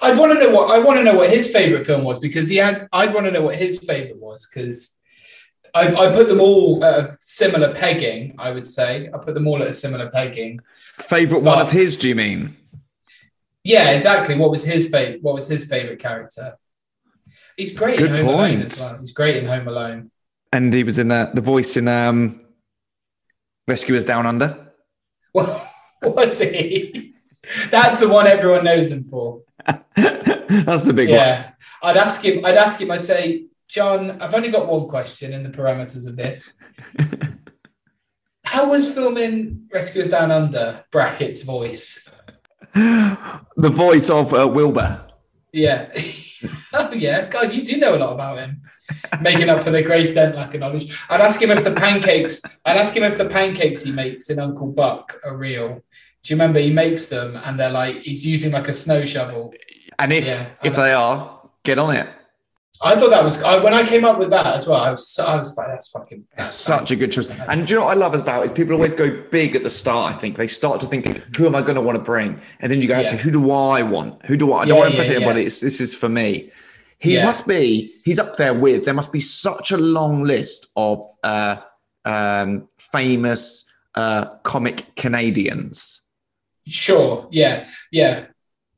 Speaker 3: I'd want to know what I want to know what his favorite film was because he had. I'd want to know what his favorite was because I, I put them all at a similar pegging. I would say I put them all at a similar pegging.
Speaker 2: Favorite one
Speaker 3: But-
Speaker 2: of his? Do you mean?
Speaker 3: Yeah, exactly. What was his favorite? What was his favorite character? He's great
Speaker 2: Good
Speaker 3: in Home Alone
Speaker 2: point.
Speaker 3: as well. He's great in Home Alone.
Speaker 2: and he was in uh, the voice in um, Rescuers Down Under.
Speaker 3: What was he? That's the one everyone knows him for.
Speaker 2: That's the big
Speaker 3: Yeah, I'd ask him. I'd ask him. I'd say, John, I've only got one question in the parameters of this. How was filming Rescuers Down Under brackets voice?
Speaker 2: one. The voice of uh, Wilbur.
Speaker 3: Yeah. oh yeah. God, you do know a lot about him. Making up for the Grace Dent lack of knowledge. I'd ask him if the pancakes. I'd ask him if the pancakes he makes in Uncle Buck are real. Do you remember he makes them and they're like he's using like a snow shovel?
Speaker 2: And if
Speaker 3: Yeah, I
Speaker 2: if
Speaker 3: know.
Speaker 2: they are, get on it.
Speaker 3: I thought that was I, when I came up with that as well. I was so, I was like, that's fucking.
Speaker 2: It's
Speaker 3: That's
Speaker 2: such a good choice. And do you know what I love about is people always go big at the start. I think they start to think, who am I going to want to bring? And then you go,
Speaker 3: Yeah.
Speaker 2: actually, who do I want? Who do I? I
Speaker 3: Yeah,
Speaker 2: don't want to impress
Speaker 3: yeah,
Speaker 2: anybody.
Speaker 3: yeah.
Speaker 2: It's, this is for me. He
Speaker 3: Yeah.
Speaker 2: must be. He's up there with. There must be such a long list of uh,
Speaker 5: um, famous uh, comic Canadians.
Speaker 3: Sure. Yeah. Yeah.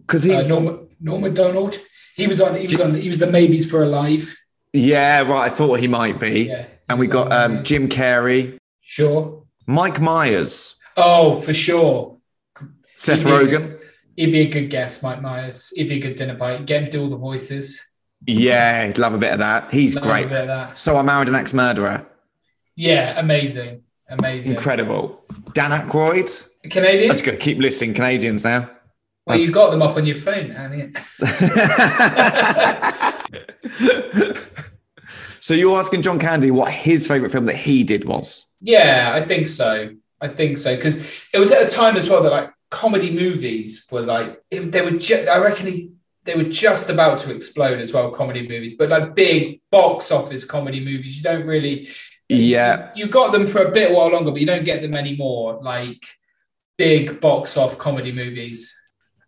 Speaker 5: Because
Speaker 3: Uh,
Speaker 5: he's
Speaker 3: Norm, Norm McDonald. He was on. He was on. He was the maybes for alive.
Speaker 5: yeah, right. I thought he might be.
Speaker 3: Yeah.
Speaker 5: and we got um, Jim Carrey,
Speaker 3: Sure.
Speaker 5: Mike Myers,
Speaker 3: Oh, for sure.
Speaker 5: Seth
Speaker 3: Yeah.
Speaker 5: Rogen.
Speaker 3: It'd be a good guess, Mike Myers. It'd be a good dinner party. Get him to do all the voices.
Speaker 5: Yeah, he'd love a bit of that. He's
Speaker 3: Love a
Speaker 5: great.
Speaker 3: bit of that.
Speaker 5: So I married an ex-murderer.
Speaker 3: Yeah. Amazing. Amazing.
Speaker 5: Incredible. Dan Aykroyd.
Speaker 3: Canadian.
Speaker 5: I'm just going to keep listing Canadians now.
Speaker 3: Well, you got them up on your phone, Annie.
Speaker 5: so you're asking John Candy what his favourite film that he did was?
Speaker 3: Yeah, I think so. I think so because it was at a time as well that like comedy movies were like it- they were. Ju- I reckon he, they were just about to explode as well. Comedy movies, but like big box office comedy movies, you don't really.
Speaker 5: Yeah.
Speaker 3: you, you got them for a bit while longer, but you don't get them anymore. Like big box off comedy movies,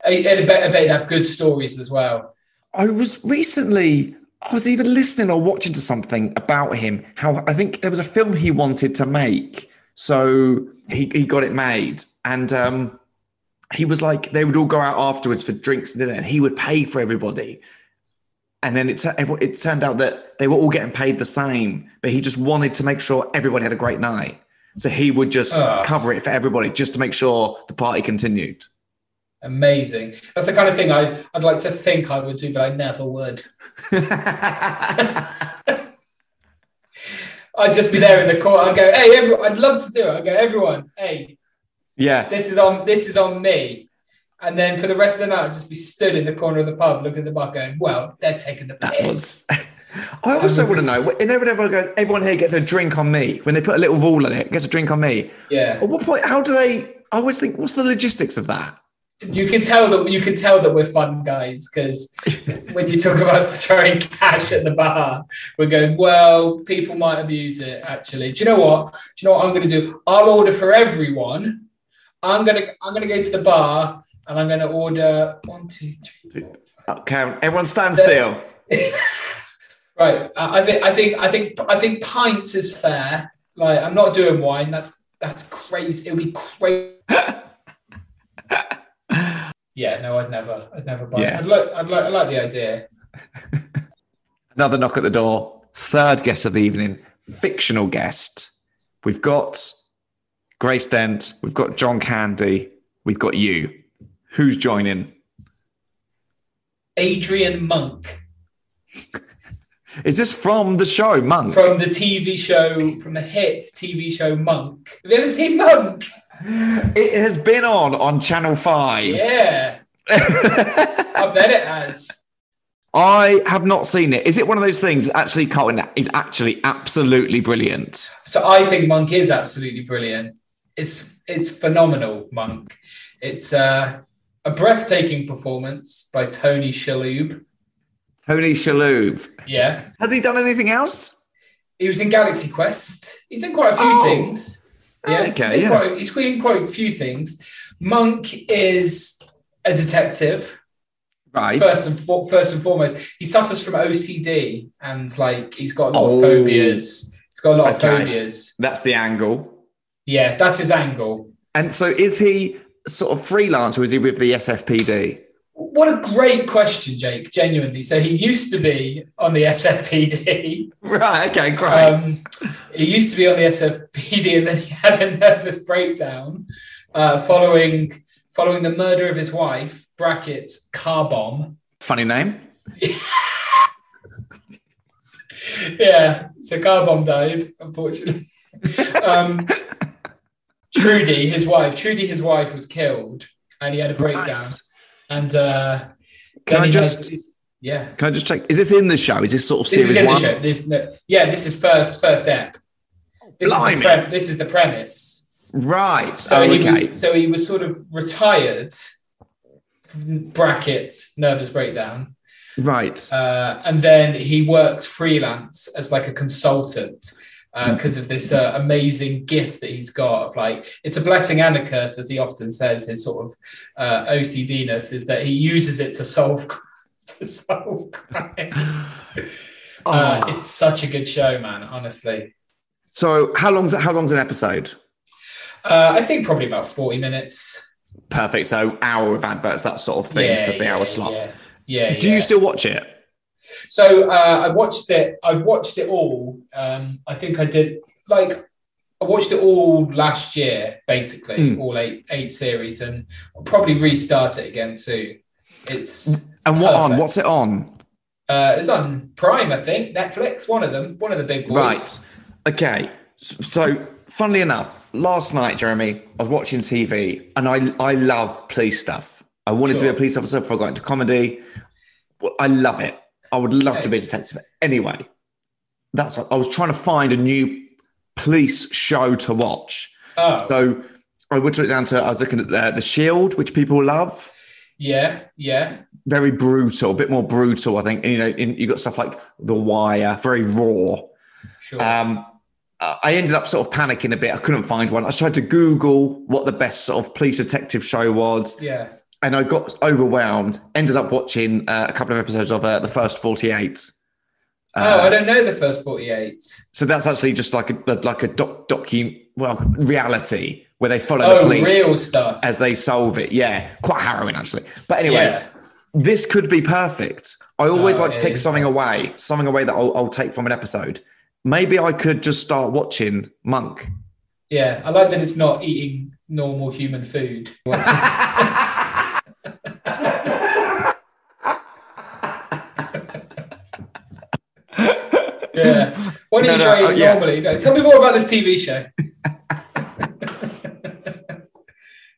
Speaker 3: and I bet I bet they'd have good stories as well.
Speaker 5: I was recently, I was even listening or watching to something about him. How I think there was a film he wanted to make. So he, he got it made. And um, he was like, they would all go out afterwards for drinks and dinner, and he would pay for everybody. And then it, tu- it turned out that they were all getting paid the same, but he just wanted to make sure everybody had a great night. So he would just
Speaker 3: Ah.
Speaker 5: cover it for everybody just to make sure the party continued.
Speaker 3: Amazing. That's the kind of thing I, I'd like to think I would do, but I never would. I'd just be there in the court. I'd go, hey, every- I'd love to do it. I'd go, everyone, hey,
Speaker 5: yeah.
Speaker 3: this is on this is on me. And then for the rest of the night, I'd just be stood in the corner of the pub looking at the bar going, well, they're taking the
Speaker 5: That
Speaker 3: piss.
Speaker 5: was. I also want to know. And everyone goes, everyone here gets a drink on me. When they put a little rule on it, gets a drink on me.
Speaker 3: yeah.
Speaker 5: At what point? How do they? I always think, what's the logistics of that?
Speaker 3: You can tell that you can tell that we're fun guys because when you talk about throwing cash at the bar, we're going, well, people might abuse it actually. Do you know what? Do you know what I'm gonna do? I'll order for everyone. I'm gonna I'm gonna go to the bar and I'm gonna order one, two, three, four,
Speaker 5: Okay, oh, everyone stand still.
Speaker 3: Right. I I think I think I think I think pints is fair. Like I'm not doing wine. That's that's crazy. It'd be crazy. yeah. No, I'd never. I'd never buy.
Speaker 5: Yeah.
Speaker 3: I'd like. I'd like. I like the idea.
Speaker 5: Another knock at the door. Third guest of the evening, fictional guest. We've got Grace Dent. We've got John Candy. We've got you. Who's joining?
Speaker 3: Adrian Monk
Speaker 5: Is this from the show, Monk?
Speaker 3: from the TV show, from the hit TV show Monk. Have you ever seen Monk?
Speaker 5: it has been on on Channel Five.
Speaker 3: Yeah. I bet it has.
Speaker 5: I have not seen it. Is it one of those things that actually Carlton is actually absolutely brilliant?
Speaker 3: So I think Monk is absolutely brilliant. It's it's phenomenal, Monk. It's uh, a breathtaking performance by Tony Shalhoub.
Speaker 5: Tony Shalhoub.
Speaker 3: Yeah,
Speaker 5: Has he done anything else?
Speaker 3: he was in Galaxy Quest. He's in quite a few
Speaker 5: Oh.
Speaker 3: things. Yeah,
Speaker 5: Okay,
Speaker 3: he's in,
Speaker 5: yeah.
Speaker 3: quite, he's in quite a few things. Monk is a detective.
Speaker 5: Right.
Speaker 3: First and for, first and foremost, he suffers from OCD and like he's got a lot
Speaker 5: Oh.
Speaker 3: of phobias. He's got a lot
Speaker 5: Okay.
Speaker 3: of phobias.
Speaker 5: That's the angle.
Speaker 3: Yeah, that's his angle.
Speaker 5: And so is he sort of freelance or is he with the SFPD?
Speaker 3: What a great question, Jake. Genuinely, so he used to be on the SFPD.
Speaker 5: Right. Okay. Great.
Speaker 3: Um, he used to be on the SFPD, and then he had a nervous breakdown uh, following following the murder of his wife. Brackets car bomb.
Speaker 5: Funny name.
Speaker 3: Yeah, so car bomb died, unfortunately. um, Trudy, his wife. Trudy, his wife, was killed, and he had a breakdown.
Speaker 5: Right.
Speaker 3: And uh,
Speaker 5: Can
Speaker 3: then
Speaker 5: I
Speaker 3: he
Speaker 5: just
Speaker 3: had- yeah.
Speaker 5: can I just check? Is this in the show? Is this sort of
Speaker 3: This is
Speaker 5: series
Speaker 3: in the
Speaker 5: one?
Speaker 3: show. This, no, yeah, this is first first app. This is,
Speaker 5: Blimey.
Speaker 3: the pre- this is the premise.
Speaker 5: Right. oh,
Speaker 3: So he
Speaker 5: okay.
Speaker 3: was so he was sort of retired. Brackets nervous breakdown,
Speaker 5: right.
Speaker 3: uh, and then he works freelance as like a consultant
Speaker 5: Hmm.
Speaker 3: because of this uh, amazing gift that he's got of like it's a blessing and a curse, as he often says. His sort of uh, OCDness is that he uses it to solve to solve crime.
Speaker 5: Oh,
Speaker 3: Uh, it's such a good show, man. Honestly,
Speaker 5: So how long's how long's an episode?
Speaker 3: Uh, I think probably about 40 minutes.
Speaker 5: Perfect. So hour of adverts, that sort of thing. so the hour slot.
Speaker 3: Yeah. yeah,
Speaker 5: Do
Speaker 3: yeah.
Speaker 5: you still watch it?
Speaker 3: So uh, I watched it. I watched it all. Um, I think I did like I watched it all last year, basically
Speaker 5: Mm.
Speaker 3: all eight eight series, and I'll probably restart it again too. It's
Speaker 5: And what on?
Speaker 3: Perfect.
Speaker 5: What's it on?
Speaker 3: uh, it's on Prime, I think, Netflix, one of them, one of the big boys.
Speaker 5: Right. Okay. S- So, funnily enough, last night, Jeremy, I was watching TV, and I I love police stuff. I wanted to be
Speaker 3: Sure.
Speaker 5: a police officer before I got into comedy. Well, I love it. I would love to be a detective. Anyway, that's what I was trying to find a new police show to watch.
Speaker 3: Oh,
Speaker 5: So I whittled it down to I was looking at the, the Shield, which people love.
Speaker 3: yeah, yeah,
Speaker 5: Very brutal, a bit more brutal, I think. And, you know, in, you got stuff like The Wire, very raw.
Speaker 3: sure.
Speaker 5: Um, I I ended up sort of panicking a bit. I couldn't find one. I tried to Google what the best sort of police detective show was,
Speaker 3: yeah.
Speaker 5: and I got overwhelmed. Ended up watching uh, a couple of episodes of uh, the first forty-eight. uh,
Speaker 3: oh, I don't know the first forty-eight.
Speaker 5: So that's actually just like a like a doc, docu well reality where they follow the
Speaker 3: Oh,
Speaker 5: police
Speaker 3: real stuff.
Speaker 5: as they solve it. Yeah, quite harrowing actually. But anyway,
Speaker 3: yeah, Oh,
Speaker 5: this could be perfect. I always
Speaker 3: No,
Speaker 5: like to
Speaker 3: it
Speaker 5: take
Speaker 3: is
Speaker 5: something away, something away that I'll, I'll take from an episode. Maybe I could just start watching Monk.
Speaker 3: yeah. I like that it's not eating normal human food. Yeah. What do
Speaker 5: No,
Speaker 3: you
Speaker 5: no,
Speaker 3: try
Speaker 5: oh, yeah.
Speaker 3: normally? No, tell me more about this TV show.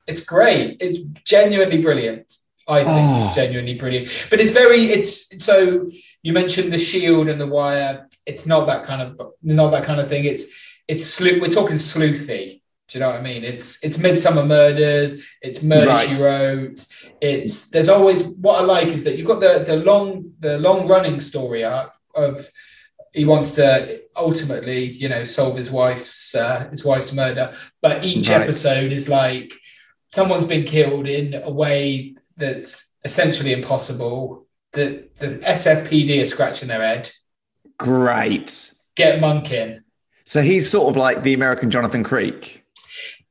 Speaker 3: it's great. It's genuinely brilliant. I think
Speaker 5: Oh.
Speaker 3: it's genuinely brilliant. But it's very it's so you mentioned the shield and the wire. It's not that kind of not that kind of thing. It's it's sleuth we're talking sleuthy. Do you know what I mean? It's it's Midsummer Murders, it's Murder
Speaker 5: Right.
Speaker 3: She Wrote, it's there's always what I like is that you've got the the long the long running story arc of he wants to ultimately you know solve his wife's uh, his wife's murder, but each
Speaker 5: Right.
Speaker 3: episode is like someone's been killed in a way that's essentially impossible. The the SFPD are scratching their head.
Speaker 5: Great.
Speaker 3: Get Monk in.
Speaker 5: So he's sort of like the American Jonathan Creek.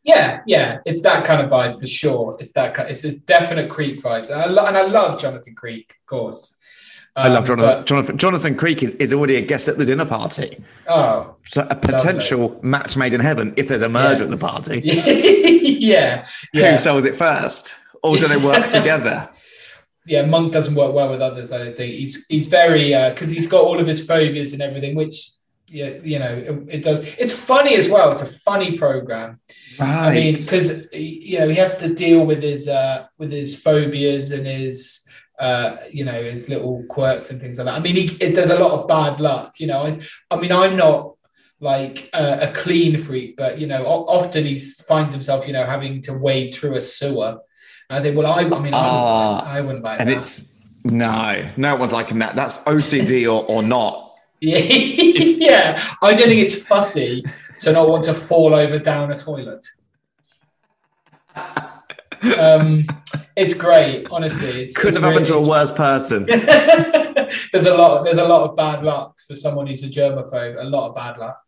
Speaker 3: Yeah, yeah, it's that kind of vibe for sure. It's that kind, it's this definite Creek vibes, and I, lo- and I love Jonathan Creek, of course.
Speaker 5: I love
Speaker 3: Um,
Speaker 5: Jonathan. Jonathan, Jonathan Creek is, is already a guest at the dinner party.
Speaker 3: but- oh,
Speaker 5: So a potential match made in heaven if there's a murder
Speaker 3: Yeah.
Speaker 5: at the party.
Speaker 3: yeah,
Speaker 5: Who
Speaker 3: yeah,
Speaker 5: sells it first? Or do they work together?
Speaker 3: yeah. Monk doesn't work well with others. I don't think he's he's very because he's got all of his phobias and everything, which yeah, you know, it, it does. It's funny as well. It's a funny program.
Speaker 5: Right.
Speaker 3: I mean, because you know he has to deal with his uh, with his phobias and his uh, you know his little quirks and things like that. I mean, he, it, there's a lot of bad luck. You know, I I mean, I'm not like uh, a clean freak, but you know, o- often he finds himself you know having to wade through a sewer. And I think, well, I, I mean, I wouldn't,
Speaker 5: Ah,
Speaker 3: like, I wouldn't like
Speaker 5: and
Speaker 3: that.
Speaker 5: it's no, no one's liking that. That's OCD or, or not.
Speaker 3: yeah, yeah. I don't think it's fussy to not want to fall over down a toilet. Um, it's great, honestly. It's,
Speaker 5: Couldn't
Speaker 3: it's
Speaker 5: have happened to
Speaker 3: really-
Speaker 5: a worse person.
Speaker 3: there's a lot. There's a lot of bad luck for someone who's a germaphobe. A lot of bad luck,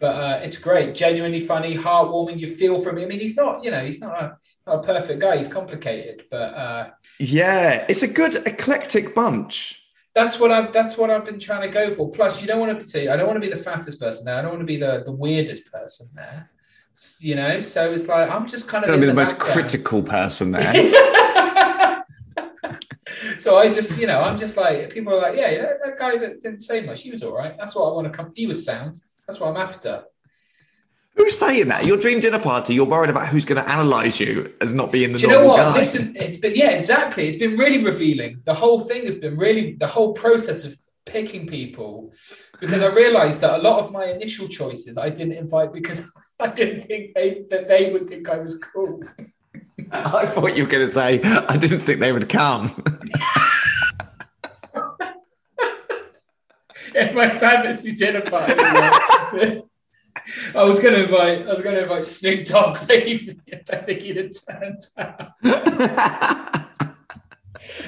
Speaker 3: but uh, it's great. Genuinely funny, heartwarming. You feel for him. I mean, he's not. You know, he's not a, not a perfect guy. He's complicated, but uh,
Speaker 5: Yeah, it's a good eclectic bunch.
Speaker 3: that's what I've. That's what I've been trying to go for. Plus, you don't want to be. I don't want to be the fattest person there. I don't want to be the the weirdest person there. S- You know, so it's like I'm just kind of
Speaker 5: Going to be
Speaker 3: in
Speaker 5: the most
Speaker 3: background.
Speaker 5: critical person there.
Speaker 3: so I just, you know, I'm just like people are like, yeah, yeah, that guy that didn't say much, he was all right. That's what I want to come. He was sound. That's what I'm after.
Speaker 5: Who's saying that? Your dream dinner party, you're worried about who's going to analyse you as not being the
Speaker 3: Do you know
Speaker 5: normal
Speaker 3: what?
Speaker 5: guy.
Speaker 3: Listen, it's been yeah, exactly. It's been really revealing. The whole thing has been really the whole process of picking people because I realized that a lot of my initial choices I didn't invite because I didn't think they that they would think I was cool.
Speaker 5: I thought you were going to say, I didn't think they would come.
Speaker 3: at my fantasy dinner party. I was gonna invite I was gonna invite Snoop Dogg, maybe. I don't think he'd have turned out.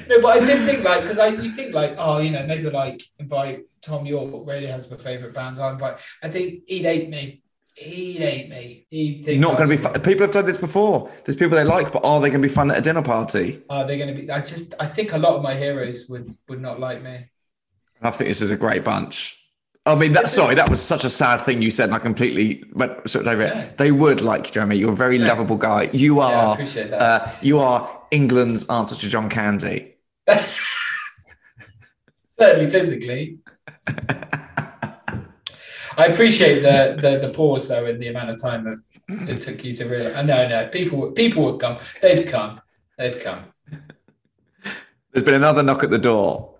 Speaker 3: No, but I did think like because I you think like, oh, you know, maybe like invite Tom York really has my favourite band. I'm like, I think he'd hate me. He'd hate me. He'd think
Speaker 5: Not
Speaker 3: I
Speaker 5: going to
Speaker 3: was-
Speaker 5: be. Fun. People have done this before. There's people they like, but are they going to be fun at a dinner party?
Speaker 3: Are they going to be? I just, I think a lot of my heroes would would not like me.
Speaker 5: And I think this is a great bunch. I mean, that sorry, that was such a sad thing you said, and I completely went sort of over
Speaker 3: Yeah.
Speaker 5: it. They would like you, Jeremy. You're a very
Speaker 3: Thanks.
Speaker 5: lovable guy. You
Speaker 3: Yeah, I
Speaker 5: are.
Speaker 3: appreciate that.
Speaker 5: uh, you are England's answer to John Candy.
Speaker 3: Certainly physically. I appreciate the, the the pause though in the amount of time of, it took you to realize. No, no, people would- people would come. They'd come. They'd come.
Speaker 5: There's been another knock at the door.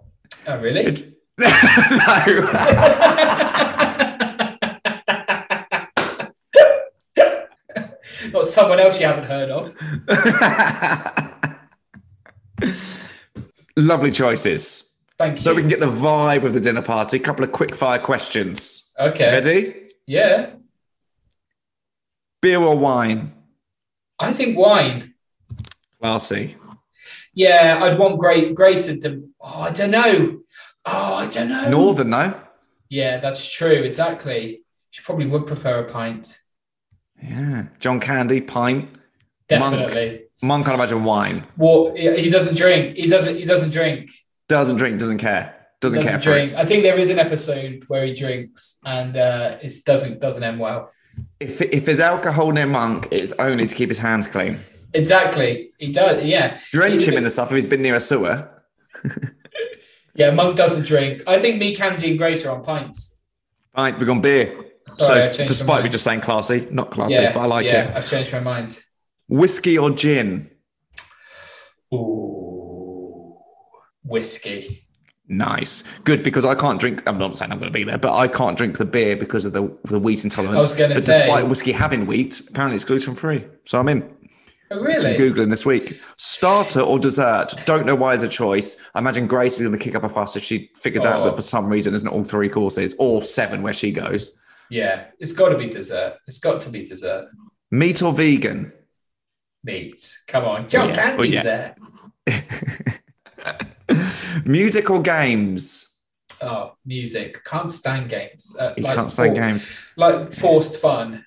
Speaker 3: Oh, really?
Speaker 5: It- no.
Speaker 3: Not someone else you haven't heard of.
Speaker 5: Lovely choices.
Speaker 3: Thank you.
Speaker 5: So we can get the vibe of the dinner party. couple of quick fire questions.
Speaker 3: okay.
Speaker 5: Ready?
Speaker 3: Yeah.
Speaker 5: Beer or wine?
Speaker 3: I think wine.
Speaker 5: Classy.
Speaker 3: Yeah, I'd want great Grayson to. Oh, I don't know. Oh, I don't know.
Speaker 5: Northern, though.
Speaker 3: Yeah, that's true. Exactly. She probably would prefer a pint.
Speaker 5: Yeah. John Candy, pint. Monk.
Speaker 3: Definitely.
Speaker 5: Mum can't imagine wine.
Speaker 3: Well, he he doesn't drink. He doesn't. He doesn't drink.
Speaker 5: Doesn't drink, doesn't care. Doesn't,
Speaker 3: doesn't
Speaker 5: care for it.
Speaker 3: drink. I think there is an episode where he drinks and uh, it doesn't doesn't end well.
Speaker 5: If, if there's alcohol near Monk, it's only to keep his hands clean.
Speaker 3: Exactly. He does. Yeah.
Speaker 5: Drench
Speaker 3: He-
Speaker 5: him in the stuff if he's been near a sewer.
Speaker 3: Yeah. Monk doesn't drink. I think me, Candy, and Grace are on pints.
Speaker 5: Right, we've gone beer.
Speaker 3: Sorry,
Speaker 5: so,
Speaker 3: I changed my
Speaker 5: despite me
Speaker 3: mind.
Speaker 5: just saying classy, not classy,
Speaker 3: yeah.
Speaker 5: but I like
Speaker 3: yeah,
Speaker 5: it.
Speaker 3: I've changed my mind.
Speaker 5: Whiskey or gin?
Speaker 3: Ooh. Whiskey.
Speaker 5: Nice, good because I can't drink. I'm not saying I'm going to be there, but I can't drink the beer because of the the wheat intolerance.
Speaker 3: I was gonna
Speaker 5: But
Speaker 3: say-
Speaker 5: despite whiskey having wheat, apparently it's gluten free. So I'm in.
Speaker 3: Oh,
Speaker 5: Did some
Speaker 3: really?
Speaker 5: googling this week. Starter or dessert? Don't know why it's a choice. I imagine Grace is going to kick up a fuss if she figures out
Speaker 3: Oh.
Speaker 5: that for some reason it's not all three courses or seven where she goes.
Speaker 3: Yeah. It's got to be dessert. It's got to be dessert.
Speaker 5: Meat or vegan?
Speaker 3: Meat. Come on. John
Speaker 5: yeah. Oh,
Speaker 3: Candy's
Speaker 5: yeah.
Speaker 3: there.
Speaker 5: Music or games?
Speaker 3: Oh, music. Can't stand games. Uh,
Speaker 5: You
Speaker 3: like
Speaker 5: can't stand
Speaker 3: four-
Speaker 5: games.
Speaker 3: like forced fun.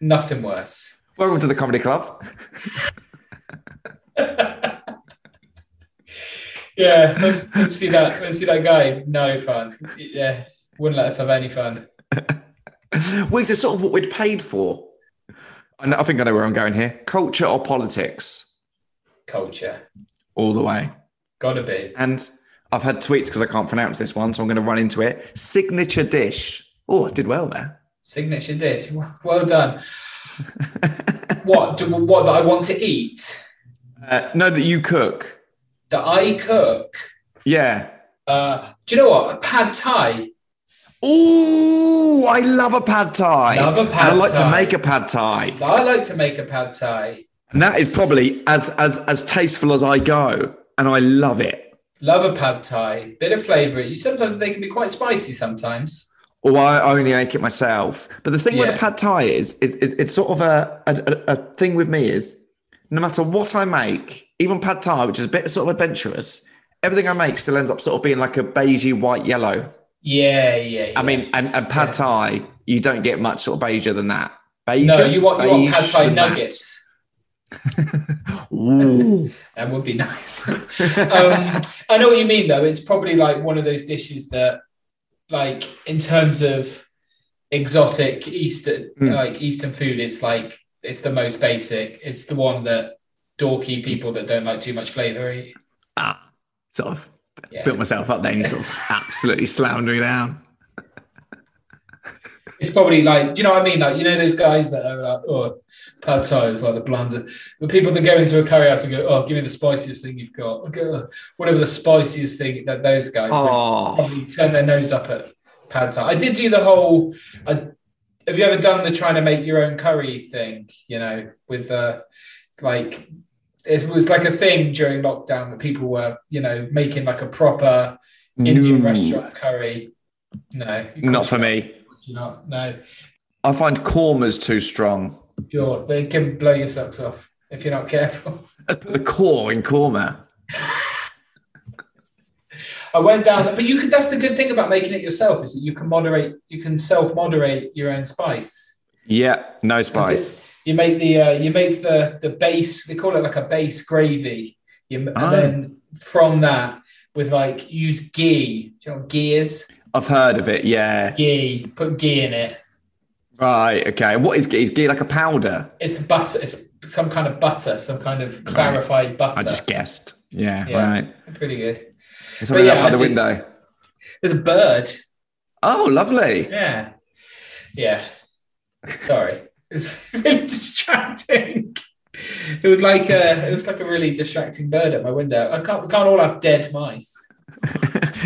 Speaker 3: Nothing worse.
Speaker 5: Welcome to the comedy club.
Speaker 3: Yeah, let's, let's see that. Let's see that guy. No fun. Yeah, wouldn't let us have any fun.
Speaker 5: Wigs is sort of what we'd paid for. And I think I know where I'm going here. Culture or politics?
Speaker 3: Culture,
Speaker 5: All the way.
Speaker 3: gotta be.
Speaker 5: And I've had tweets because I can't pronounce this one, so I'm going to run into it. Signature dish. Oh, I did well there.
Speaker 3: Signature dish. Well done. what? Do, what that I want to eat?
Speaker 5: Uh, no, that you cook.
Speaker 3: That I cook?
Speaker 5: Yeah.
Speaker 3: Uh, do you know what? A pad thai.
Speaker 5: Ooh, I love a pad thai.
Speaker 3: Love a
Speaker 5: And
Speaker 3: pad
Speaker 5: I like
Speaker 3: thai.
Speaker 5: to make a pad thai.
Speaker 3: I like to make a pad thai.
Speaker 5: And that is probably as as as tasteful as I go, and I love it.
Speaker 3: Love a pad thai. Bit of flavour. You sometimes they can be quite spicy. Sometimes.
Speaker 5: Or I only make it myself. But the thing with a
Speaker 3: Yeah.
Speaker 5: pad thai is, is, is it's sort of a, a, a a thing with me is, no matter what I make, even pad thai, which is a bit sort of adventurous, everything I make still ends up sort of being like a beigey, white, yellow.
Speaker 3: Yeah, yeah. yeah.
Speaker 5: I mean, and, and pad
Speaker 3: Yeah.
Speaker 5: thai, you don't get much sort of beiger than that. Beige,
Speaker 3: no, you want you want pad
Speaker 5: beige
Speaker 3: thai
Speaker 5: than that.
Speaker 3: nuggets.
Speaker 5: Ooh.
Speaker 3: That would be nice. um, I know what you mean, though. It's probably like one of those dishes that, like, in terms of exotic Eastern,
Speaker 5: Mm.
Speaker 3: like Eastern food, it's like it's the most basic. It's the one that dorky people that don't like too much flavour eat.
Speaker 5: Ah, sort of
Speaker 3: Yeah.
Speaker 5: built myself up there and you sort of absolutely slammed me down.
Speaker 3: It's probably like, do you know what I mean? Like, you know those guys that are like, oh, pad thai is like the blunder. The people that go into a curry house and go, oh, give me the spiciest thing you've got. Okay, uh, whatever the spiciest thing that those guys. would
Speaker 5: Oh,
Speaker 3: probably turn their nose up at pad thai. I did do the whole. I, have you ever done the trying to make your own curry thing? You know, with uh, like it was like a thing during lockdown that people were, you know, making like a proper Indian
Speaker 5: no.
Speaker 3: restaurant curry. No, of
Speaker 5: Mm. Not
Speaker 3: course
Speaker 5: for
Speaker 3: you're
Speaker 5: me.
Speaker 3: of course you're Not no.
Speaker 5: I find korma's too strong.
Speaker 3: You're they can blow your socks off if you're not careful.
Speaker 5: I put the core in korma.
Speaker 3: I went down, but you can. That's the good thing about making it yourself is that you can moderate, you can self-moderate your own spice.
Speaker 5: Yeah, no spice.
Speaker 3: You make the uh, you make the the base. They call it like a base gravy. You, and
Speaker 5: Oh.
Speaker 3: then from that, with like use ghee. Do you know what ghee is?
Speaker 5: I've heard of it. Yeah.
Speaker 3: Ghee. Put ghee in it.
Speaker 5: Right. Okay. What is ghee? Is ghee like a powder?
Speaker 3: It's butter. It's some kind of butter. Some kind of clarified butter.
Speaker 5: I just guessed. Yeah.
Speaker 3: Yeah.
Speaker 5: Right.
Speaker 3: Pretty good.
Speaker 5: There's something
Speaker 3: yeah,
Speaker 5: outside the
Speaker 3: I do-
Speaker 5: window.
Speaker 3: There's a bird.
Speaker 5: Oh, lovely.
Speaker 3: Yeah. Yeah. Sorry. It's really distracting. It was like a, it was like a really distracting bird at my window. I can't we can't all have dead mice.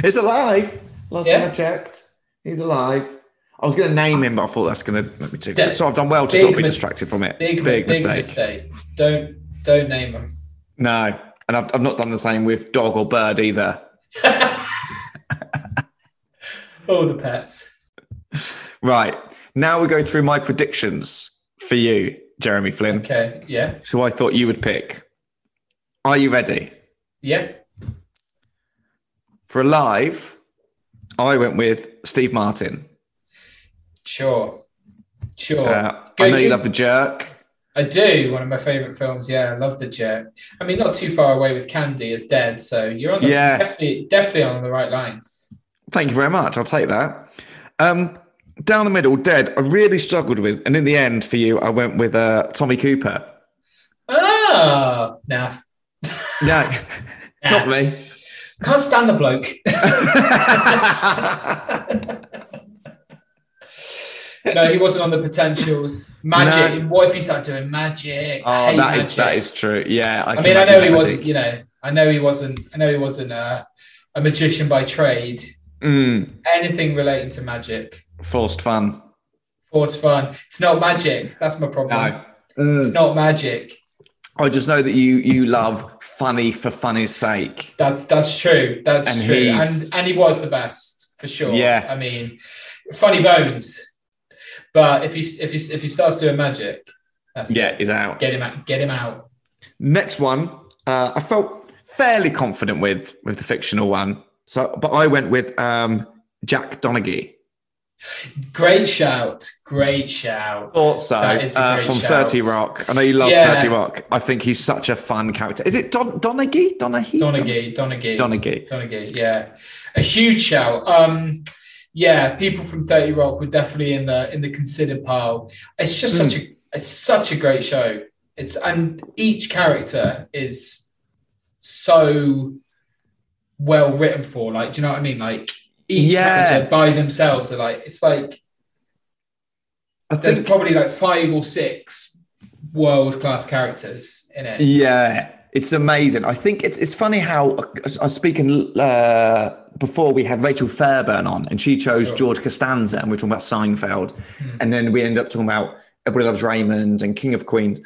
Speaker 5: it's alive. Last
Speaker 3: Yeah.
Speaker 5: time I checked, he's alive. I was going to name him, but I thought that's going to make me too.
Speaker 3: Yeah.
Speaker 5: So I've done well to
Speaker 3: Big
Speaker 5: sort of be
Speaker 3: mis-
Speaker 5: distracted from it.
Speaker 3: Big big mistake. Don't don't name them.
Speaker 5: No, and I've, I've not done the same with dog or bird either.
Speaker 3: Oh the pets.
Speaker 5: Right now we go through my predictions for you, Jeremy Flynn.
Speaker 3: Okay. Yeah.
Speaker 5: So I thought you would pick. Are you ready
Speaker 3: Yeah.
Speaker 5: for a live? I went with Steve Martin.
Speaker 3: Sure. Sure.
Speaker 5: Uh,
Speaker 3: Oh, Go-
Speaker 5: I know you
Speaker 3: go-
Speaker 5: love the jerk.
Speaker 3: I do. One of my favorite films. Yeah, I love the jerk. I mean, not too far away with Candy is dead, so you're on the
Speaker 5: Yeah.
Speaker 3: definitely definitely on the right lines.
Speaker 5: Thank you very much. I'll take that. Um, down the middle, dead. I really struggled with, and in the end, for you, I went with uh, Tommy Cooper.
Speaker 3: Ah, nah.
Speaker 5: No, not me.
Speaker 3: Can't stand the bloke. no, he wasn't on the potentials. Magic. What if he started doing magic? I
Speaker 5: oh,
Speaker 3: hate
Speaker 5: that is
Speaker 3: magic.
Speaker 5: that is true. Yeah,
Speaker 3: I
Speaker 5: can
Speaker 3: mean, I know
Speaker 5: imagine
Speaker 3: he
Speaker 5: that
Speaker 3: wasn't.
Speaker 5: magic.
Speaker 3: You know, I know he wasn't. I know he wasn't a, a magician by trade.
Speaker 5: Mm,
Speaker 3: Anything relating to magic,
Speaker 5: forced fun.
Speaker 3: force fun. It's not magic. That's my problem.
Speaker 5: No.
Speaker 3: It's not magic.
Speaker 5: I just know that you you love funny for funny's sake.
Speaker 3: That's that's true. That's
Speaker 5: And
Speaker 3: true.
Speaker 5: he's-
Speaker 3: And and he was the best for sure.
Speaker 5: Yeah.
Speaker 3: I mean, funny bones. But if he if he if he starts doing magic, that's
Speaker 5: Yeah, is out.
Speaker 3: Get him out. Get him out.
Speaker 5: Next one, uh, I felt fairly confident with with the fictional one. So, but I went with um, Jack Donaghy.
Speaker 3: Great shout. Great shout.
Speaker 5: Thought so.
Speaker 3: That is a
Speaker 5: Uh,
Speaker 3: great
Speaker 5: from
Speaker 3: shout.
Speaker 5: Thirty Rock. I know you love
Speaker 3: Yeah.
Speaker 5: Thirty Rock. I think he's such a fun character. Is it Don Donaghy? Donaghy.
Speaker 3: Donaghy. Donaghy.
Speaker 5: Donaghy.
Speaker 3: Donaghy. Yeah. A huge shout. Um. Yeah, people from Thirty Rock were definitely in the in the considered pile. It's just
Speaker 5: Hmm.
Speaker 3: such a it's such a great show. It's and each character is so well written for. Like, do you know what I mean? Like each
Speaker 5: Yeah.
Speaker 3: character by themselves are like it's like
Speaker 5: I
Speaker 3: there's
Speaker 5: think.
Speaker 3: probably like five or six world class characters in it.
Speaker 5: Yeah, it's amazing. I think it's it's funny how I was speaking uh, before we had Rachel Fairburn on, and she chose George Costanza, and we are talking about Seinfeld, and then we end up talking about Everybody Loves Raymond and King of Queens.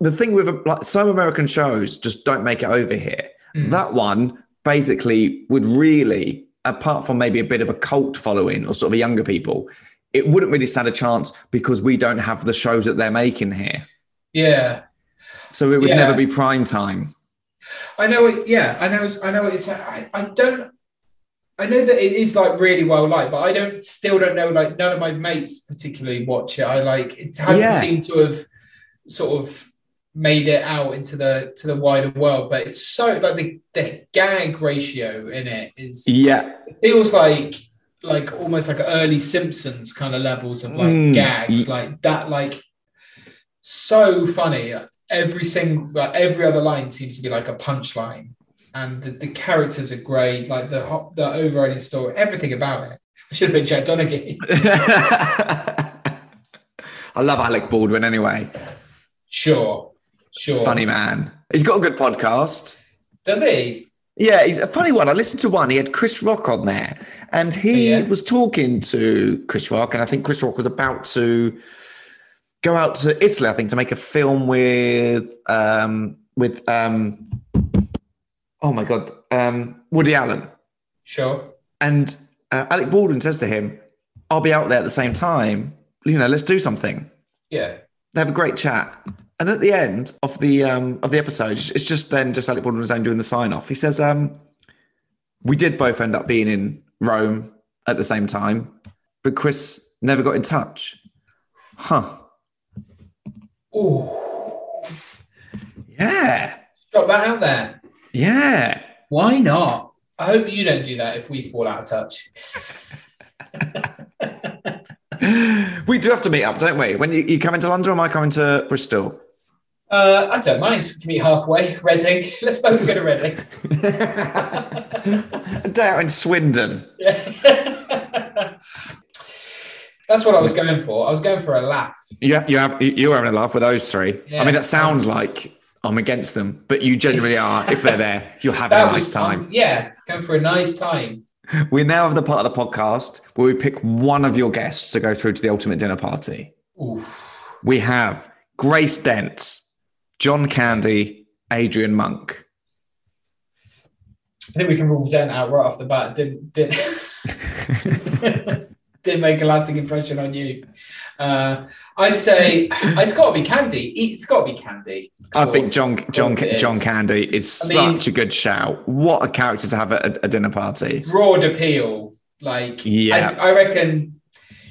Speaker 5: The thing with like some American shows just don't make it over here. That one basically would really, apart from maybe a bit of a cult following or sort of a younger people, it wouldn't really stand a chance because we don't have the shows that they're making here.
Speaker 3: Yeah.
Speaker 5: So it would
Speaker 3: Yeah.
Speaker 5: never be prime time.
Speaker 3: I know it. Yeah, I know. I know it's like. I, I don't. I know that it is like really well liked, but I don't still don't know. Like none of my mates particularly watch it. I like it hasn't
Speaker 5: Yeah.
Speaker 3: seemed to have sort of made it out into the to the wider world. But it's so like the the gag ratio in it is
Speaker 5: Yeah.
Speaker 3: it feels like like almost like early Simpsons kind of levels of like
Speaker 5: Mm,
Speaker 3: gags
Speaker 5: y-
Speaker 3: like that like so funny every single like every other line seems to be like a punchline and the, the characters are great like the ho- the overriding story everything about it I should have been Jack Donaghy
Speaker 5: I love Alec Baldwin anyway.
Speaker 3: sure sure
Speaker 5: Funny man. He's got a good podcast.
Speaker 3: does he
Speaker 5: Yeah, he's a funny one. I listened to one. He had Chris Rock on there, and he
Speaker 3: Yeah.
Speaker 5: was talking to Chris Rock, and I think Chris Rock was about to go out to Italy, I think, to make a film with um with um oh my god, um Woody Allen.
Speaker 3: sure
Speaker 5: And uh, Alec Baldwin says to him, "I'll be out there at the same time. You know, let's do something."
Speaker 3: yeah
Speaker 5: they have a great chat. And at the end of the um, of the episode, it's just then just Alec Baldwin was then doing the sign off. He says, um,
Speaker 2: we did both end up being in Rome at the same time, but Chris never got in touch. Huh.
Speaker 3: Oh,
Speaker 2: Yeah.
Speaker 3: drop that out there.
Speaker 2: Yeah.
Speaker 3: Why not? I hope you don't do that if we fall out of touch.
Speaker 2: We do have to meet up, don't we? When you, you come into London, or am I coming to Bristol?
Speaker 3: Uh, I don't mind. We can meet halfway. Reading. Let's both go to Reading.
Speaker 2: Down in Swindon.
Speaker 3: Yeah. That's what I was going for. I was going for a laugh.
Speaker 2: Yeah, you have. you- You're having a laugh with those three. I
Speaker 3: Yeah.
Speaker 2: mean, it sounds like I'm against them, but you generally are. If they're there, you're having a nice
Speaker 3: was
Speaker 2: time.
Speaker 3: um, yeah, going for a nice time.
Speaker 2: We now have the part of the podcast where we pick one of your guests to go through to the ultimate dinner party.
Speaker 3: Oof.
Speaker 2: We have Grace Dent, John Candy, Adrian Monk.
Speaker 3: I think we can rule Dent out right off the bat. Didn't didn't didn't make a lasting impression on you. Uh, I'd say it's got to be Candy. It's got to be Candy.
Speaker 2: I think
Speaker 3: Of
Speaker 2: John
Speaker 3: course
Speaker 2: John
Speaker 3: it is.
Speaker 2: John Candy is
Speaker 3: I mean-
Speaker 2: such a good shout. What a character to have at a, a dinner party.
Speaker 3: broad appeal. Like,
Speaker 2: Yeah.
Speaker 3: I, I reckon,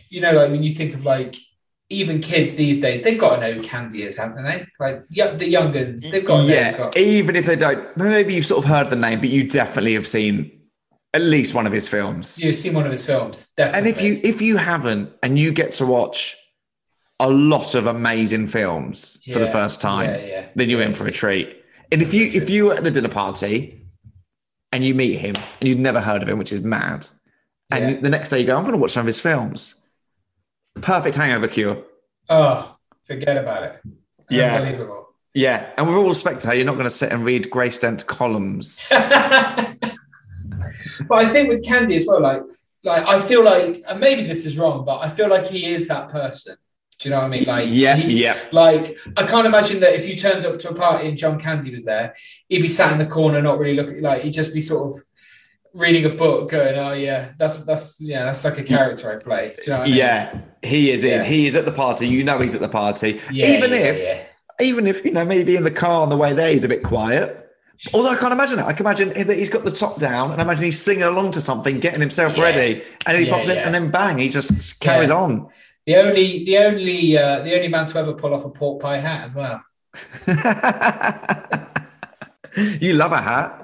Speaker 3: you know, like when you think of like even kids these days, they've got to know Candy is, haven't they? Like y- the young uns, they've got to know.
Speaker 2: yeah,
Speaker 3: got-
Speaker 2: even if they don't, maybe you've sort of heard the name, but you definitely have seen at least one of his films.
Speaker 3: You've seen one of his films,
Speaker 2: and
Speaker 3: definitely.
Speaker 2: if you if you haven't, and you get to watch a lot of amazing films for the
Speaker 3: Yeah,
Speaker 2: first time,
Speaker 3: yeah, yeah.
Speaker 2: then you're in for a treat. And if you if you were at the dinner party and you meet him and you'd never heard of him, which is mad, and
Speaker 3: Yeah.
Speaker 2: the next day you go, I'm going to watch some of his films. Perfect hangover cure.
Speaker 3: oh, forget about it.
Speaker 2: Yeah.
Speaker 3: Unbelievable.
Speaker 2: Yeah, and we're all spectator. You're not going to sit and read Grace Dent columns.
Speaker 3: but I think with Candy as well, like, like I feel like, and maybe this is wrong, but I feel like he is that person. Do you know what I mean? Like,
Speaker 2: yeah,
Speaker 3: he-
Speaker 2: yeah.
Speaker 3: Like, I can't imagine that if you turned up to a party and John Candy was there, he'd be sat in the corner, not really looking. Like, he'd just be sort of reading a book, going, "Oh yeah, that's that's yeah, that's like a character I play." Do you know what I mean?
Speaker 2: Yeah, he is in.
Speaker 3: Yeah.
Speaker 2: He is at the party. You know he's at the party.
Speaker 3: Yeah,
Speaker 2: even
Speaker 3: yeah,
Speaker 2: if,
Speaker 3: yeah.
Speaker 2: even if you know, maybe in the car on the way there, he's a bit quiet. Although I can't imagine that. I can imagine that he's got the top down, and I imagine he's singing along to something, getting himself
Speaker 3: Yeah.
Speaker 2: ready, and he
Speaker 3: Yeah,
Speaker 2: pops in,
Speaker 3: yeah.
Speaker 2: and then bang, he just carries
Speaker 3: Yeah.
Speaker 2: on.
Speaker 3: the only the only uh, the only man to ever pull off a pork pie hat as well.
Speaker 2: you love a hat.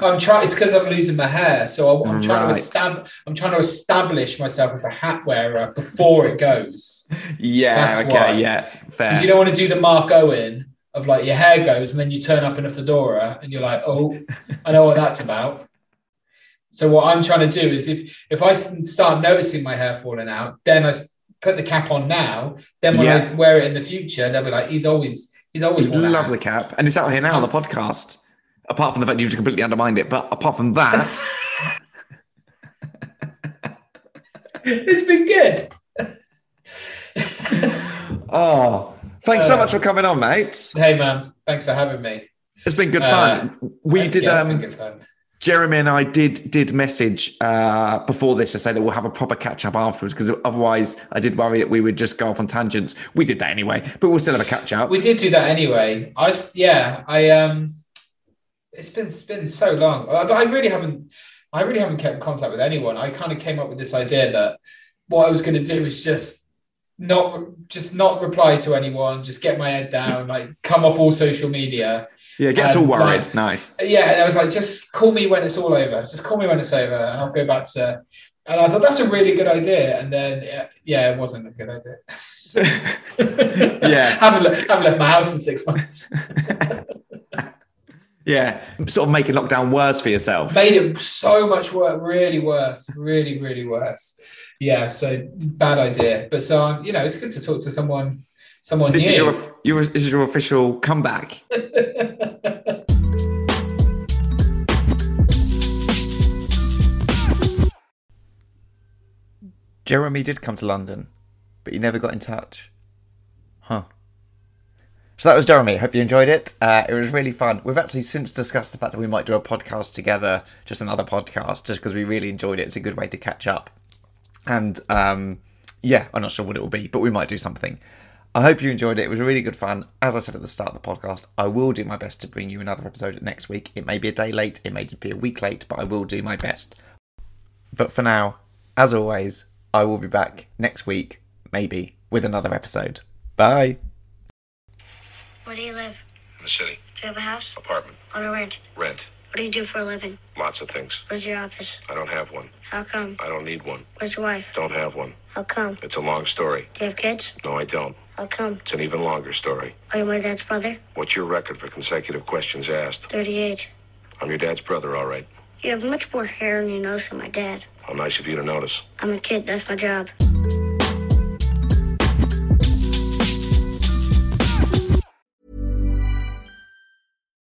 Speaker 3: I'm trying. It's because I'm losing my hair, so I'm, I'm trying
Speaker 2: Right.
Speaker 3: to estab- I'm trying to establish myself as a hat wearer before it goes.
Speaker 2: Yeah.
Speaker 3: That's
Speaker 2: okay.
Speaker 3: why.
Speaker 2: Yeah.
Speaker 3: 'Cause
Speaker 2: Fair.
Speaker 3: You don't want to do the Mark Owen of like your hair goes and then you turn up in a fedora and you're like, oh, I know what that's about. So what I'm trying to do is if if I s- start noticing my hair falling out, then I s- put the cap on now. Then when
Speaker 2: Yeah.
Speaker 3: I wear it in the future, they'll be like, he's always he's always
Speaker 2: He
Speaker 3: worn a
Speaker 2: loves a
Speaker 3: hat.
Speaker 2: cap, and it's out here now on the
Speaker 3: Mm.
Speaker 2: podcast. Apart from the fact you've just completely undermined it, but apart from that,
Speaker 3: It's been good.
Speaker 2: oh, thanks so
Speaker 3: Uh,
Speaker 2: much for coming on, mate.
Speaker 3: Hey man, thanks for having me.
Speaker 2: It's been good
Speaker 3: uh,
Speaker 2: fun. We did.
Speaker 3: Yeah, it's been
Speaker 2: um,
Speaker 3: good fun.
Speaker 2: Jeremy and I did did message uh, before this to say that we'll have a proper catch up afterwards because otherwise I did worry that we would just go off on tangents. We did that anyway, but we'll still have a catch up.
Speaker 3: We did do that anyway. I s- yeah, I um, it's been it's been so long. I, but I really haven't, I really haven't kept in contact with anyone. I kind of came up with this idea that what I was going to do is just not re- just not reply to anyone, just get my head down, like come off all social media.
Speaker 2: yeah, get us all
Speaker 3: Um,
Speaker 2: worried.
Speaker 3: right.
Speaker 2: Nice.
Speaker 3: Yeah, and I was like, just call me when it's all over. Just call me when it's over, and I'll go back to. And I thought that's a really good idea, and then yeah, yeah it wasn't a good idea.
Speaker 2: Yeah.
Speaker 3: haven't le- haven't left my house in six months.
Speaker 2: Yeah, sort of making lockdown worse for yourself.
Speaker 3: made it so much worse, really worse, really, really worse. Yeah, so bad idea. But so um, you know, it's good to talk to someone, someone
Speaker 2: This
Speaker 3: new.
Speaker 2: is your, your this is your official comeback. Jeremy did come to London, but he never got in touch. Huh. So that was Jeremy. Hope you enjoyed it. Uh, it was really fun. We've actually since discussed the fact that we might do a podcast together, just another podcast, just because we really enjoyed it. It's a good way to catch up. And um, yeah, I'm not sure what it will be, but we might do something.
Speaker 6: I hope you enjoyed it. It was really good fun. As I said at the start of the podcast, I will do my best to bring you another episode next week. It may be a day late, it may be a week late, but I will do my best. But for now, as always, I will be back next week, maybe, with another episode. Bye.
Speaker 7: Where do you live?
Speaker 3: In the city.
Speaker 7: Do you have a house?
Speaker 3: Apartment.
Speaker 7: On a rent?
Speaker 3: Rent.
Speaker 7: What do you do for a living?
Speaker 3: Lots of things.
Speaker 7: Where's your office?
Speaker 3: I don't have one.
Speaker 7: How come?
Speaker 3: I don't need one.
Speaker 7: Where's your wife?
Speaker 3: Don't have one.
Speaker 7: How come?
Speaker 3: It's a long story.
Speaker 7: Do you have kids?
Speaker 3: No, I don't.
Speaker 7: How come?
Speaker 3: It's an even longer story.
Speaker 7: Are you my dad's brother?
Speaker 3: What's your record for consecutive questions asked?
Speaker 7: 38.
Speaker 3: I'm your dad's brother, all right.
Speaker 7: You have much more hair on your nose than my dad.
Speaker 3: How nice of you to notice.
Speaker 7: I'm a kid, that's my job.